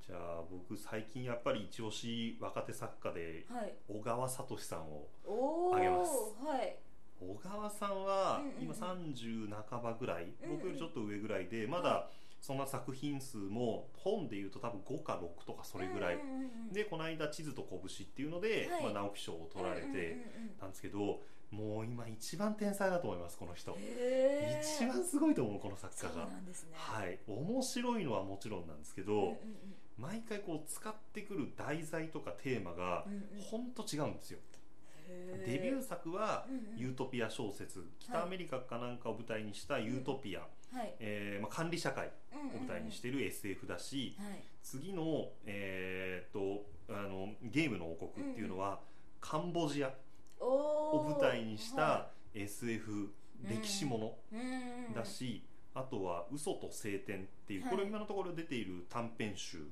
Speaker 3: じゃあ僕最近やっぱり一押し若手作家で
Speaker 2: なはい
Speaker 3: 小川聡さんを
Speaker 2: おお
Speaker 3: あげます
Speaker 2: はい
Speaker 3: 小川さんは
Speaker 2: うんうんうん
Speaker 3: 今30半ばぐらい、
Speaker 2: うんうん
Speaker 3: 僕よりちょっと上ぐらいでまだそんな作品数も本でいうと多分5か6とかそれぐらい、
Speaker 2: うんうんうんうん
Speaker 3: でこの間「地図と拳」っていうので、
Speaker 2: はい
Speaker 3: まあ、直木賞を取られ
Speaker 2: うん
Speaker 3: て
Speaker 2: うんうんうん
Speaker 3: たんですけど、もう今一番天才だと思いますこの人、
Speaker 2: へー
Speaker 3: 一番すごいと思うこの作
Speaker 2: そ
Speaker 3: 家
Speaker 2: う
Speaker 3: が
Speaker 2: な。んですね
Speaker 3: はい、面白いのはもちろんなんですけど、
Speaker 2: うんうん
Speaker 3: 毎回こう使ってくる題材とかテーマが
Speaker 2: うんうん
Speaker 3: ほんと違うんですよ、
Speaker 2: うんへ
Speaker 3: デビ
Speaker 2: ー
Speaker 3: ュー作は
Speaker 2: うんうん
Speaker 3: ユートピア小説、北アメリカかなんかを舞台にしたユートピア、
Speaker 2: はい
Speaker 3: えーまあ、管理社会
Speaker 2: お
Speaker 3: を舞台にしてる SF だし、
Speaker 2: はい
Speaker 3: 次の,、えーっとあのゲームの王国っていうのは、カンボジア
Speaker 2: お
Speaker 3: を
Speaker 2: お
Speaker 3: 舞台にし
Speaker 2: は
Speaker 3: た SF 歴史もの
Speaker 2: いうんうんうん
Speaker 3: だし、あとは「嘘と晴天」っていう、
Speaker 2: はい
Speaker 3: これ今のところ出ている短編集、
Speaker 2: うんうん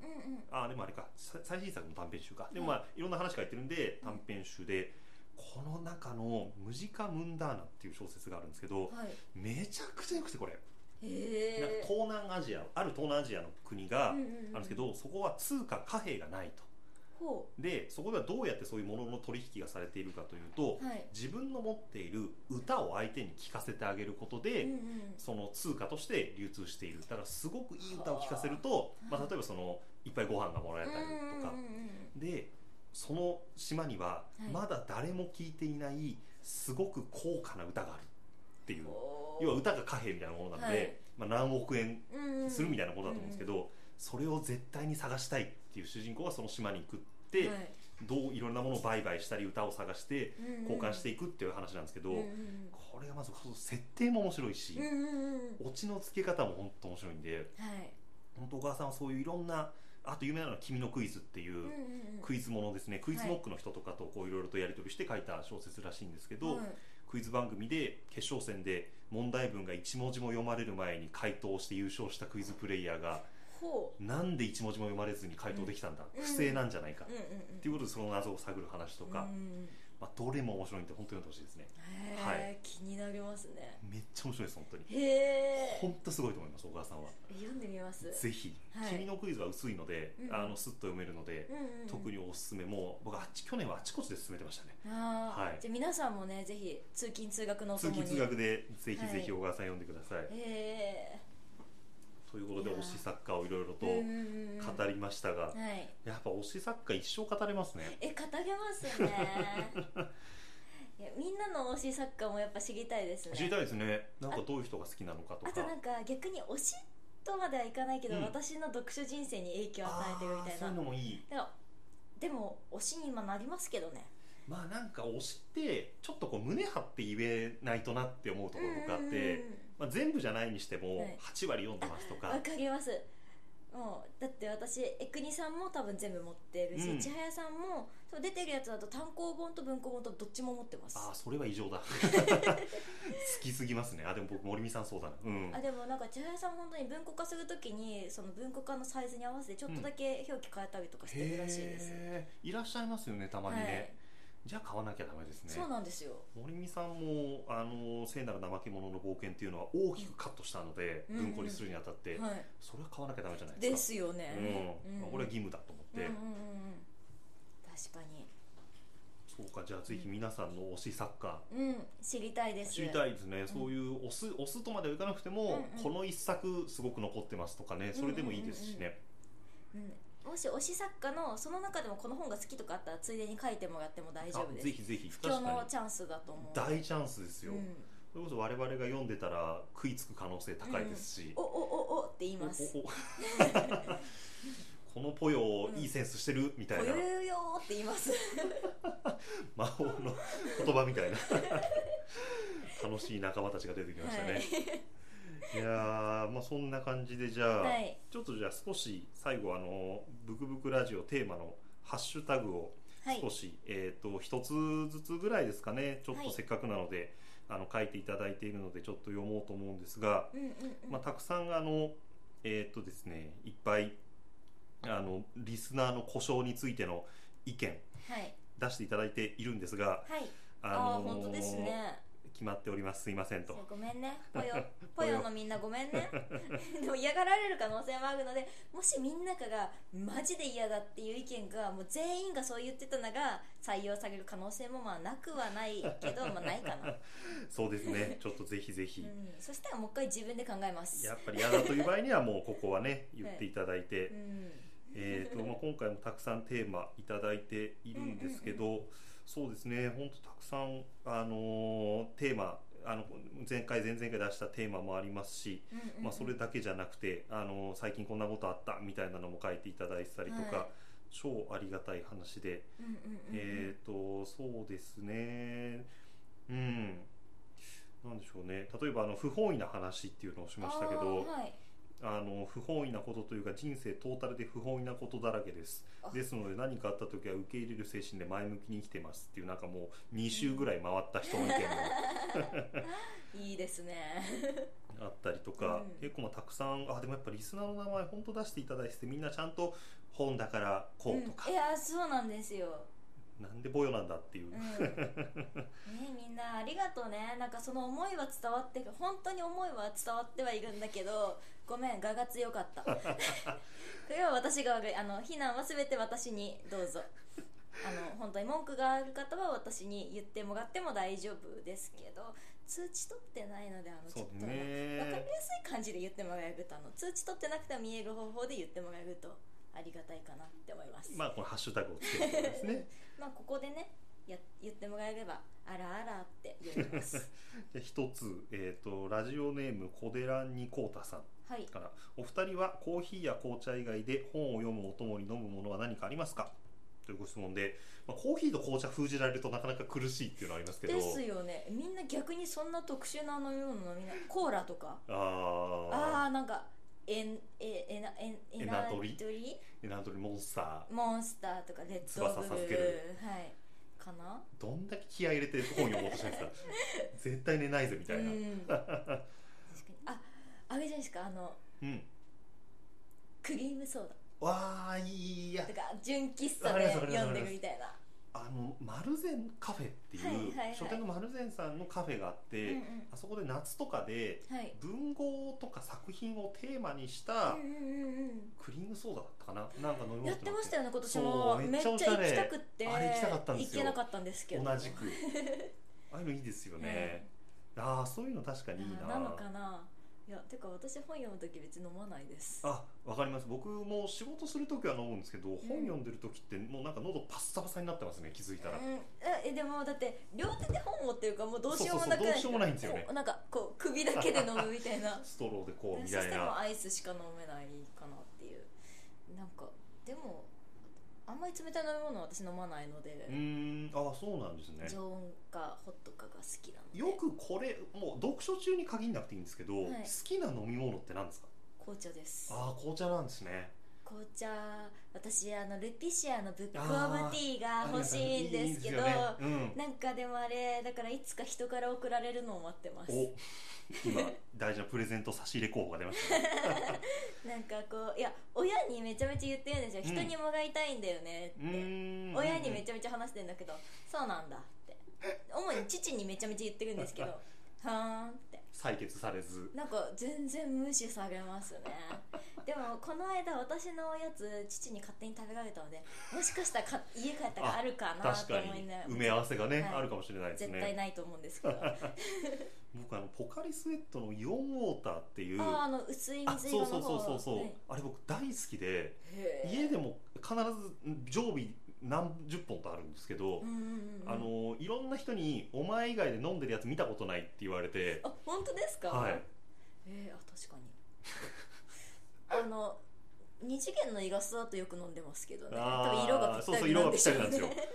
Speaker 3: あでもあれかさ最新作の短編集かでも
Speaker 2: は
Speaker 3: ま
Speaker 2: い
Speaker 3: あいろんな話書いてるんで短編集で、この中の「ムジカ・ムンダーナ」っていう小説があるんですけど
Speaker 2: はい
Speaker 3: めちゃくちゃよくてこれ、
Speaker 2: へ
Speaker 3: なんか
Speaker 2: え
Speaker 3: 東南アジアある東南アジアの国があ
Speaker 2: う
Speaker 3: る
Speaker 2: ん
Speaker 3: ん
Speaker 2: うんうん
Speaker 3: ですけど、そこは通貨貨幣がないと
Speaker 2: ほ
Speaker 3: でそこではどうやってそういうものの取引がされているかというと、
Speaker 2: うはい
Speaker 3: 自分の持っている歌を相手に聴かせてあげることで、
Speaker 2: うんうん
Speaker 3: その通貨として流通しているだからすごくいい歌を聴かせると、
Speaker 2: はあ
Speaker 3: まあ、例えばそのいっぱいご飯がもらえたりと
Speaker 2: うん
Speaker 3: か、
Speaker 2: うんうん
Speaker 3: でその島には
Speaker 2: はい
Speaker 3: まだ誰も聞いていないすごく高価な歌があるっていう、
Speaker 2: おー
Speaker 3: 要は歌が貨幣みたいなものなので、
Speaker 2: はい
Speaker 3: まあ、何億円
Speaker 2: うんうん
Speaker 3: するみたいなことだと思うんですけど、それを絶対に探したいっていう主人公がその島に行くって、
Speaker 2: はい
Speaker 3: どういろんなものを売買したり歌を探して
Speaker 2: うんうん
Speaker 3: 交換していくっていう話なんですけど、
Speaker 2: うんうん
Speaker 3: これがまずその設定も面白いし、
Speaker 2: うんうんうんうん
Speaker 3: オチのつけ方も本当面白いんで
Speaker 2: はい
Speaker 3: 本当小川さんはそういういろんなあと有名なのは「君のクイズ」っていう。
Speaker 2: うんうんうん
Speaker 3: クイズものですねクイズノックの人とかとこういろいろとやり取りして書いた小説らしいんですけど、
Speaker 2: はい
Speaker 3: クイズ番組で決勝戦で問題文が1文字も読まれる前に回答して優勝したクイズプレイヤーが
Speaker 2: ほ
Speaker 3: なんで1文字も読まれずに回答できたんだ、
Speaker 2: うん
Speaker 3: 不正なんじゃないか、
Speaker 2: ううんうんうん
Speaker 3: っていうことでその謎を探る話とか
Speaker 2: う、んうん
Speaker 3: まあ、どれも面白いんで本当に読んでほしいですね
Speaker 2: へー
Speaker 3: はい
Speaker 2: 気になりますね
Speaker 3: めっちゃ面白いです本当に
Speaker 2: へえ
Speaker 3: 本当すごいと思います小川さんは
Speaker 2: 読んでみます
Speaker 3: ぜひ、
Speaker 2: はい
Speaker 3: 君のクイズは薄いので、
Speaker 2: うん
Speaker 3: あのスッと読めるので、
Speaker 2: うんうんうん
Speaker 3: 特におすすめもう僕あっち去年はあちこちで勧めてましたね
Speaker 2: あー
Speaker 3: はい
Speaker 2: じゃあ皆さんもねぜひ通勤通学のお
Speaker 3: 通
Speaker 2: 供に
Speaker 3: 勤通学でぜひ
Speaker 2: はい
Speaker 3: ぜひ小川さん読んでください、
Speaker 2: へ
Speaker 3: ということで
Speaker 2: いやー
Speaker 3: 推し作家をいろいろと
Speaker 2: えうんうんうん
Speaker 3: 語りましたが、
Speaker 2: はい
Speaker 3: やっぱ推し作家一生語れますね
Speaker 2: え語れます ねいやみんなの推し作家もやっぱ知りたいですね
Speaker 3: 知りたいですねなんかどういう人が好きなのかと
Speaker 2: あ
Speaker 3: か
Speaker 2: となんか逆に推しとまではいかないけど、
Speaker 3: うん
Speaker 2: 私の読書人生に影響を与えてるみた
Speaker 3: あー
Speaker 2: いな
Speaker 3: そういうのもいい
Speaker 2: だからでも推しに今なりますけどね
Speaker 3: まあなんか推しってちょっとこう胸張って言えないとなって思うところ僕あって、
Speaker 2: うんうん
Speaker 3: まあ、全部じゃないにして
Speaker 2: は
Speaker 3: も
Speaker 2: い
Speaker 3: 8割読んでますとか、
Speaker 2: わかりますもうだって私エクニさんも多分全部持ってるし、
Speaker 3: うん
Speaker 2: 千早さんもそう出てるやつだと単行本と文庫本とどっちも持ってます
Speaker 3: ああ
Speaker 2: あ
Speaker 3: それは異 常だ好きすぎますねあでも僕森美さんそうだなうん
Speaker 2: でもなんか千早さん本当に文庫化するときにその文庫化のサイズに合わせてちょっとだけ表記変えたりとかしてるらしいです、
Speaker 3: へーいらっしゃいますよねたまに
Speaker 2: はい、
Speaker 3: ね、じゃあ買わなきゃダメですね
Speaker 2: そうなんですよ
Speaker 3: 森美さんもあの「聖なる怠け者の冒険」っていうのは大きくカットしたので、
Speaker 2: うん
Speaker 3: 文庫にするにあたって、
Speaker 2: はい
Speaker 3: それは買わなきゃダメじゃない
Speaker 2: で
Speaker 3: ですか
Speaker 2: すよね、
Speaker 3: うんまあこれは義務だと思っ
Speaker 2: うん
Speaker 3: て、
Speaker 2: うんうんうん確かに
Speaker 3: そうかじゃあぜひ皆さんの推し作家
Speaker 2: うん知りたいです
Speaker 3: 知りたいですね、そういう推す推すとまではいかなくても、
Speaker 2: うんうん
Speaker 3: この一作すごく残ってますとかねそれでもいいですしね、
Speaker 2: うん、もし推し作家のその中でもこの本が好きとかあったらついでに書いてもらっても大丈夫で
Speaker 3: あ
Speaker 2: す
Speaker 3: ぜひぜひ
Speaker 2: 今日
Speaker 3: 確
Speaker 2: の
Speaker 3: かに
Speaker 2: チャンスだと思う
Speaker 3: 大チャンスですよ、
Speaker 2: うん、
Speaker 3: それこそ我々が読んでたら食いつく可能性高いですし、
Speaker 2: おおおおって言います
Speaker 3: おおお このポヨいいセンスしてるみ
Speaker 2: ぽ
Speaker 3: たいな
Speaker 2: よよよーって言います
Speaker 3: 魔法の言葉 みたいな楽しい仲間たちが出てきましたね、い、やーまあそんな感じでじゃあ、
Speaker 2: はい
Speaker 3: ちょっとじゃあ少し最後あのブクブクラジオテーマのハッシュタグを
Speaker 2: はい
Speaker 3: 少し、えっ、と一つずつぐらいですかねちょっ
Speaker 2: は
Speaker 3: と
Speaker 2: い
Speaker 3: せっかくなので、あの書いていただいているのでちょっと読もうと思うんですが、
Speaker 2: うんうんうん
Speaker 3: まあ、たくさんあのえっ、とですねいっぱいあのリスナーの故障についての意見
Speaker 2: はい
Speaker 3: 出していただいているんですが、
Speaker 2: はい
Speaker 3: あ
Speaker 2: ああー
Speaker 3: のー
Speaker 2: 本当ですね
Speaker 3: 決まっておりますすいません
Speaker 2: そう
Speaker 3: と
Speaker 2: ごめん ねぽよぽよのみんなごめんね でも嫌がられる可能性もあるのでもしみんなかがマジで嫌だっていう意見がもう全員がそう言ってたのが採用される可能性もまあなくはないけ どまあないかな、
Speaker 3: そうですねちょっとぜひぜひ、
Speaker 2: うん、そしたらもう一回自分で考えます
Speaker 3: やっぱり嫌だという場合にはもうこ こはね言っていただいて、
Speaker 2: うん
Speaker 3: えーとまあ、今回もたくさんテーマいただいているんですけど、そうですね本当たくさん、あのーテーマあの前回前々回出したテーマもありますし、
Speaker 2: うんうんうん
Speaker 3: まあ、それだけじゃなくて、あのー最近こんなことあったみたいなのも書いていただいてたりとか、
Speaker 2: はい
Speaker 3: 超ありがたい話で、
Speaker 2: うんうんうんうん
Speaker 3: えーとそうですねうん。なんでしょうね例えばあの不本意な話っていうのをしましたけど、
Speaker 2: あーはい
Speaker 3: あの不本意なことというか人生トータルで不本意なことだらけです
Speaker 2: あ
Speaker 3: ですので何かあった時は受け入れる精神で前向きに生きてますっていうなんかもう2週ぐらい回った人の意見も
Speaker 2: いいですね
Speaker 3: あったりとか、
Speaker 2: うん
Speaker 3: 結構まあたくさんあでもやっぱリスナーの名前本当出していただいててみんなちゃんと本だからこうとか
Speaker 2: ん、い、やそうなんですよ、
Speaker 3: なんでボヨなんだっていう
Speaker 2: う、ん、ねみんなありがとうねなんかその思いは伝わってく本当に思いは伝わってはいるんだけどごめん我が強か ったこれは私が悪いあの非難は全て私にどうぞあの本当に文句がある方は私に言ってもらっても大丈夫ですけど通知取ってないのであのちょ
Speaker 3: そ
Speaker 2: っ
Speaker 3: う
Speaker 2: とねわかりや
Speaker 3: ね
Speaker 2: すい感じで言ってもらえるとあの通知取ってなくても見える方法で言ってもらえるとありがたいかなって思いますま
Speaker 3: まあこのハッシュタグをつけてですね
Speaker 2: あここでねや言ってもらえればあらあらって言えます
Speaker 3: で一つ、えー、とラジオネーム小寺にこうたさん
Speaker 2: はい
Speaker 3: からお二人はコーヒーや紅茶以外で本を読むお供に飲むものは何かありますかというご質問で、まあ、コーヒーと紅茶封じられるとなかなか苦しいっていうのはありますけど
Speaker 2: ですよねみんな逆にそんな特殊な飲み物飲みないコーラとかあ
Speaker 3: あ
Speaker 2: あーなんかエンえエナエン
Speaker 3: エナドリ
Speaker 2: エリ
Speaker 3: ーなんとにモンスター
Speaker 2: モンスターとかレッドブル
Speaker 3: 翼授ける
Speaker 2: ーはいかな
Speaker 3: どんだけ気合い入れて本読もうとしてる んですか絶対寝ないぜみたいな
Speaker 2: うん 確かにああれじゃないですかあの
Speaker 3: うん
Speaker 2: クリームソーダ
Speaker 3: わあいいや
Speaker 2: とか純喫茶で読んでるみたいな
Speaker 3: あのマルゼンカフェっていう、
Speaker 2: はいはいはい
Speaker 3: 書店のマルゼンさんのカフェがあって、
Speaker 2: うんうん
Speaker 3: あそこで夏とかで
Speaker 2: はい
Speaker 3: 文豪とか作品をテーマにした、
Speaker 2: うんうんうん
Speaker 3: クリームソーダだったかななんか飲み
Speaker 2: うん
Speaker 3: 物
Speaker 2: やってました
Speaker 3: よ
Speaker 2: よね今年も
Speaker 3: そう
Speaker 2: め
Speaker 3: め
Speaker 2: っ
Speaker 3: っ
Speaker 2: ち
Speaker 3: ち
Speaker 2: ゃ
Speaker 3: ゃ
Speaker 2: 行
Speaker 3: お
Speaker 2: き
Speaker 3: しゃれ
Speaker 2: たくって
Speaker 3: あれ行きたかったんですよ
Speaker 2: 行けなかったんですけど
Speaker 3: 同じ くああいうのいいですよね、ああそういうの確かにいい
Speaker 2: あ
Speaker 3: な
Speaker 2: ーなのかないやてか私本読む時別に飲まないです
Speaker 3: あわかります僕も仕事する時は飲むんですけど、本読んでる時ってもうなんか喉パッサパサになってますね気づいたら、
Speaker 2: うん、えでもだって両手で本持ってるからもうどうしようもなく
Speaker 3: そうそうそうどうしようもないんですよね
Speaker 2: こうなんかこう首だけで飲むみたいな
Speaker 3: ストローでこう
Speaker 2: そ
Speaker 3: み
Speaker 2: した
Speaker 3: い
Speaker 2: ても
Speaker 3: な
Speaker 2: アイスしか飲めないかなっていうなんかでもあんまり冷たい飲み物は私飲まないので
Speaker 3: う、ーんああそうなんですね
Speaker 2: 常温かホットかが好きなので
Speaker 3: よくこれもう読書中に限らなくていいんですけど、
Speaker 2: はい
Speaker 3: 好きな飲み物って何ですか
Speaker 2: 紅茶です
Speaker 3: ああ紅茶なんですね
Speaker 2: 紅茶私あのルピシアのブックオブティーが欲しいんですけど
Speaker 3: いいですよねうん
Speaker 2: なんかでもあれだからいつか人から送られるのを待ってます
Speaker 3: お今大事なプレゼント差し入れ候補が出ましたね
Speaker 2: なんかこういや親にめちゃめちゃ言ってるんですよ、
Speaker 3: うん
Speaker 2: 人にもがいたいんだよね
Speaker 3: う
Speaker 2: って
Speaker 3: ーん
Speaker 2: 親にめちゃめちゃ話してんだけどそうなんだって主に父にめちゃめちゃ言ってるんですけどはーんって
Speaker 3: 採決されず
Speaker 2: なんか全然無視されますねでもこの間私のおやつ父に勝手に食べられたのでもしかしたらか家帰ったらあるかな
Speaker 3: 確
Speaker 2: と
Speaker 3: か
Speaker 2: 思い
Speaker 3: に
Speaker 2: ながら
Speaker 3: 埋め合わせがね、
Speaker 2: はい
Speaker 3: あるかもしれないです
Speaker 2: 絶対
Speaker 3: ね
Speaker 2: ないと思うんです けどあ
Speaker 3: 僕あのポカリスエットのイオンウォーターっていう
Speaker 2: ーあの薄い
Speaker 3: あ
Speaker 2: 水色
Speaker 3: そう
Speaker 2: の
Speaker 3: そう
Speaker 2: 方
Speaker 3: そうそうそう、
Speaker 2: はい
Speaker 3: あれ僕大好きで
Speaker 2: へー
Speaker 3: 家でも必ず常備何十本とあるんですけど、
Speaker 2: うんうんうん
Speaker 3: あのいろんな人に「お前以外で飲んでるやつ見たことない」って言われて
Speaker 2: あ本当ですか
Speaker 3: はい
Speaker 2: えー、あ確かに あの二次元のイガスだとよく飲んでますけどね
Speaker 3: あ
Speaker 2: 多
Speaker 3: ー
Speaker 2: 分色がぴったりなんでしょうね
Speaker 3: そうそう色がぴったりなんです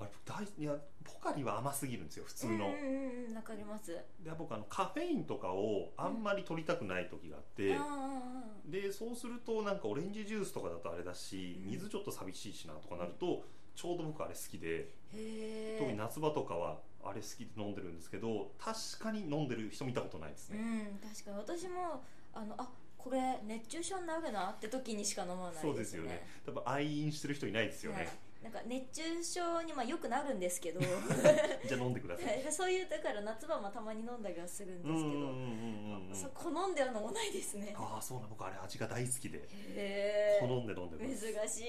Speaker 3: あれ僕大いやポカリは甘すぎるんですよ普通の、
Speaker 2: うんうんうんうんわかります
Speaker 3: で僕あのカフェインとかをあんまり取りたくない時があっ
Speaker 2: あ
Speaker 3: て、
Speaker 2: ー
Speaker 3: でそうするとなんかオレンジジュースとかだとあれだし、
Speaker 2: うん
Speaker 3: 水ちょっと寂しいしなとかなるとちょうど僕あれ好きで、
Speaker 2: へ
Speaker 3: 特
Speaker 2: え
Speaker 3: に夏場とかはあれ好きで飲んでるんですけど確かに飲んでる人見たことないです
Speaker 2: う
Speaker 3: ね、
Speaker 2: ん確かに私もあのあこれ熱中症になるなって時にしか飲まないですね
Speaker 3: そうですよね多分愛飲してる人いないですよね、
Speaker 2: はい、なんか熱中症にまあよくなるんです けど
Speaker 3: じゃあ飲んでください、
Speaker 2: そういうだから夏場もたまに飲んだりはするんですけ
Speaker 3: う
Speaker 2: ど、
Speaker 3: んうんうんうんうん
Speaker 2: そこ飲んでは飲まないですね
Speaker 3: ああそうなの僕あれ味が大好きで
Speaker 2: へえ
Speaker 3: 好んで飲んで
Speaker 2: 珍
Speaker 3: ます
Speaker 2: しい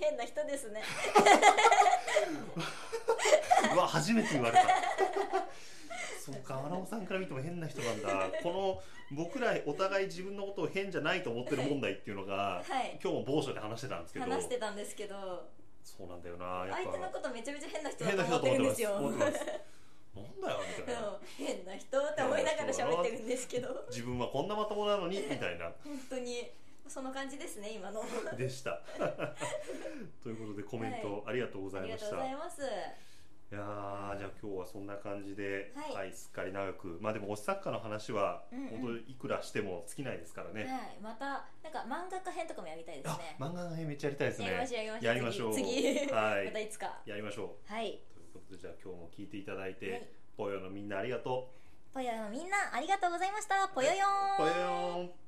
Speaker 2: 変な人ですね
Speaker 3: うわ初めて 言われたそうか荒尾さんから見ても変な人なんだこの僕らお互い自分のことを変じゃないと思ってる問題っていうのが、
Speaker 2: はい
Speaker 3: 今日も某所で話してたんですけど
Speaker 2: 話してたんですけど
Speaker 3: そうなんだよなやっ
Speaker 2: 相手の
Speaker 3: ぱ
Speaker 2: ことめちゃめちゃ変な人
Speaker 3: 変
Speaker 2: だ
Speaker 3: な
Speaker 2: と思
Speaker 3: 人
Speaker 2: っ
Speaker 3: と
Speaker 2: てるん
Speaker 3: 思
Speaker 2: で
Speaker 3: ってますす
Speaker 2: よ
Speaker 3: 思ってますなんだよみたい な
Speaker 2: うん変な人って思いながら喋ってるんですけど
Speaker 3: 自分はこんなまともなのにみたいな
Speaker 2: 本当にその感じですね今の
Speaker 3: でした ということでコメントありがとうござ
Speaker 2: あ
Speaker 3: い
Speaker 2: り
Speaker 3: ま
Speaker 2: がと
Speaker 3: し
Speaker 2: う
Speaker 3: た、
Speaker 2: ござ
Speaker 3: い
Speaker 2: います
Speaker 3: やーじゃあ今日はそんな感じで、
Speaker 2: はい
Speaker 3: すっかり長くまあでも推し作家の話は、
Speaker 2: うんうん
Speaker 3: 本当にいくらしても尽きないですからね、
Speaker 2: はいまたなんか漫画家編とかもやりたいです
Speaker 3: あ
Speaker 2: ね
Speaker 3: 漫画の編めっちゃやりたいですね
Speaker 2: やりましょう
Speaker 3: や
Speaker 2: やり
Speaker 3: りま
Speaker 2: ま
Speaker 3: し
Speaker 2: し
Speaker 3: ょ
Speaker 2: ょ
Speaker 3: う
Speaker 2: う次次
Speaker 3: は い
Speaker 2: またいつか
Speaker 3: やりましょ
Speaker 2: はい、
Speaker 3: うということでじゃあ今日も聞いていただいて、
Speaker 2: はい、
Speaker 3: ぽよのみんなありがと
Speaker 2: ぽよよのみんなありがとうございましたぽよよ
Speaker 3: う
Speaker 2: ーん
Speaker 3: ぽよよん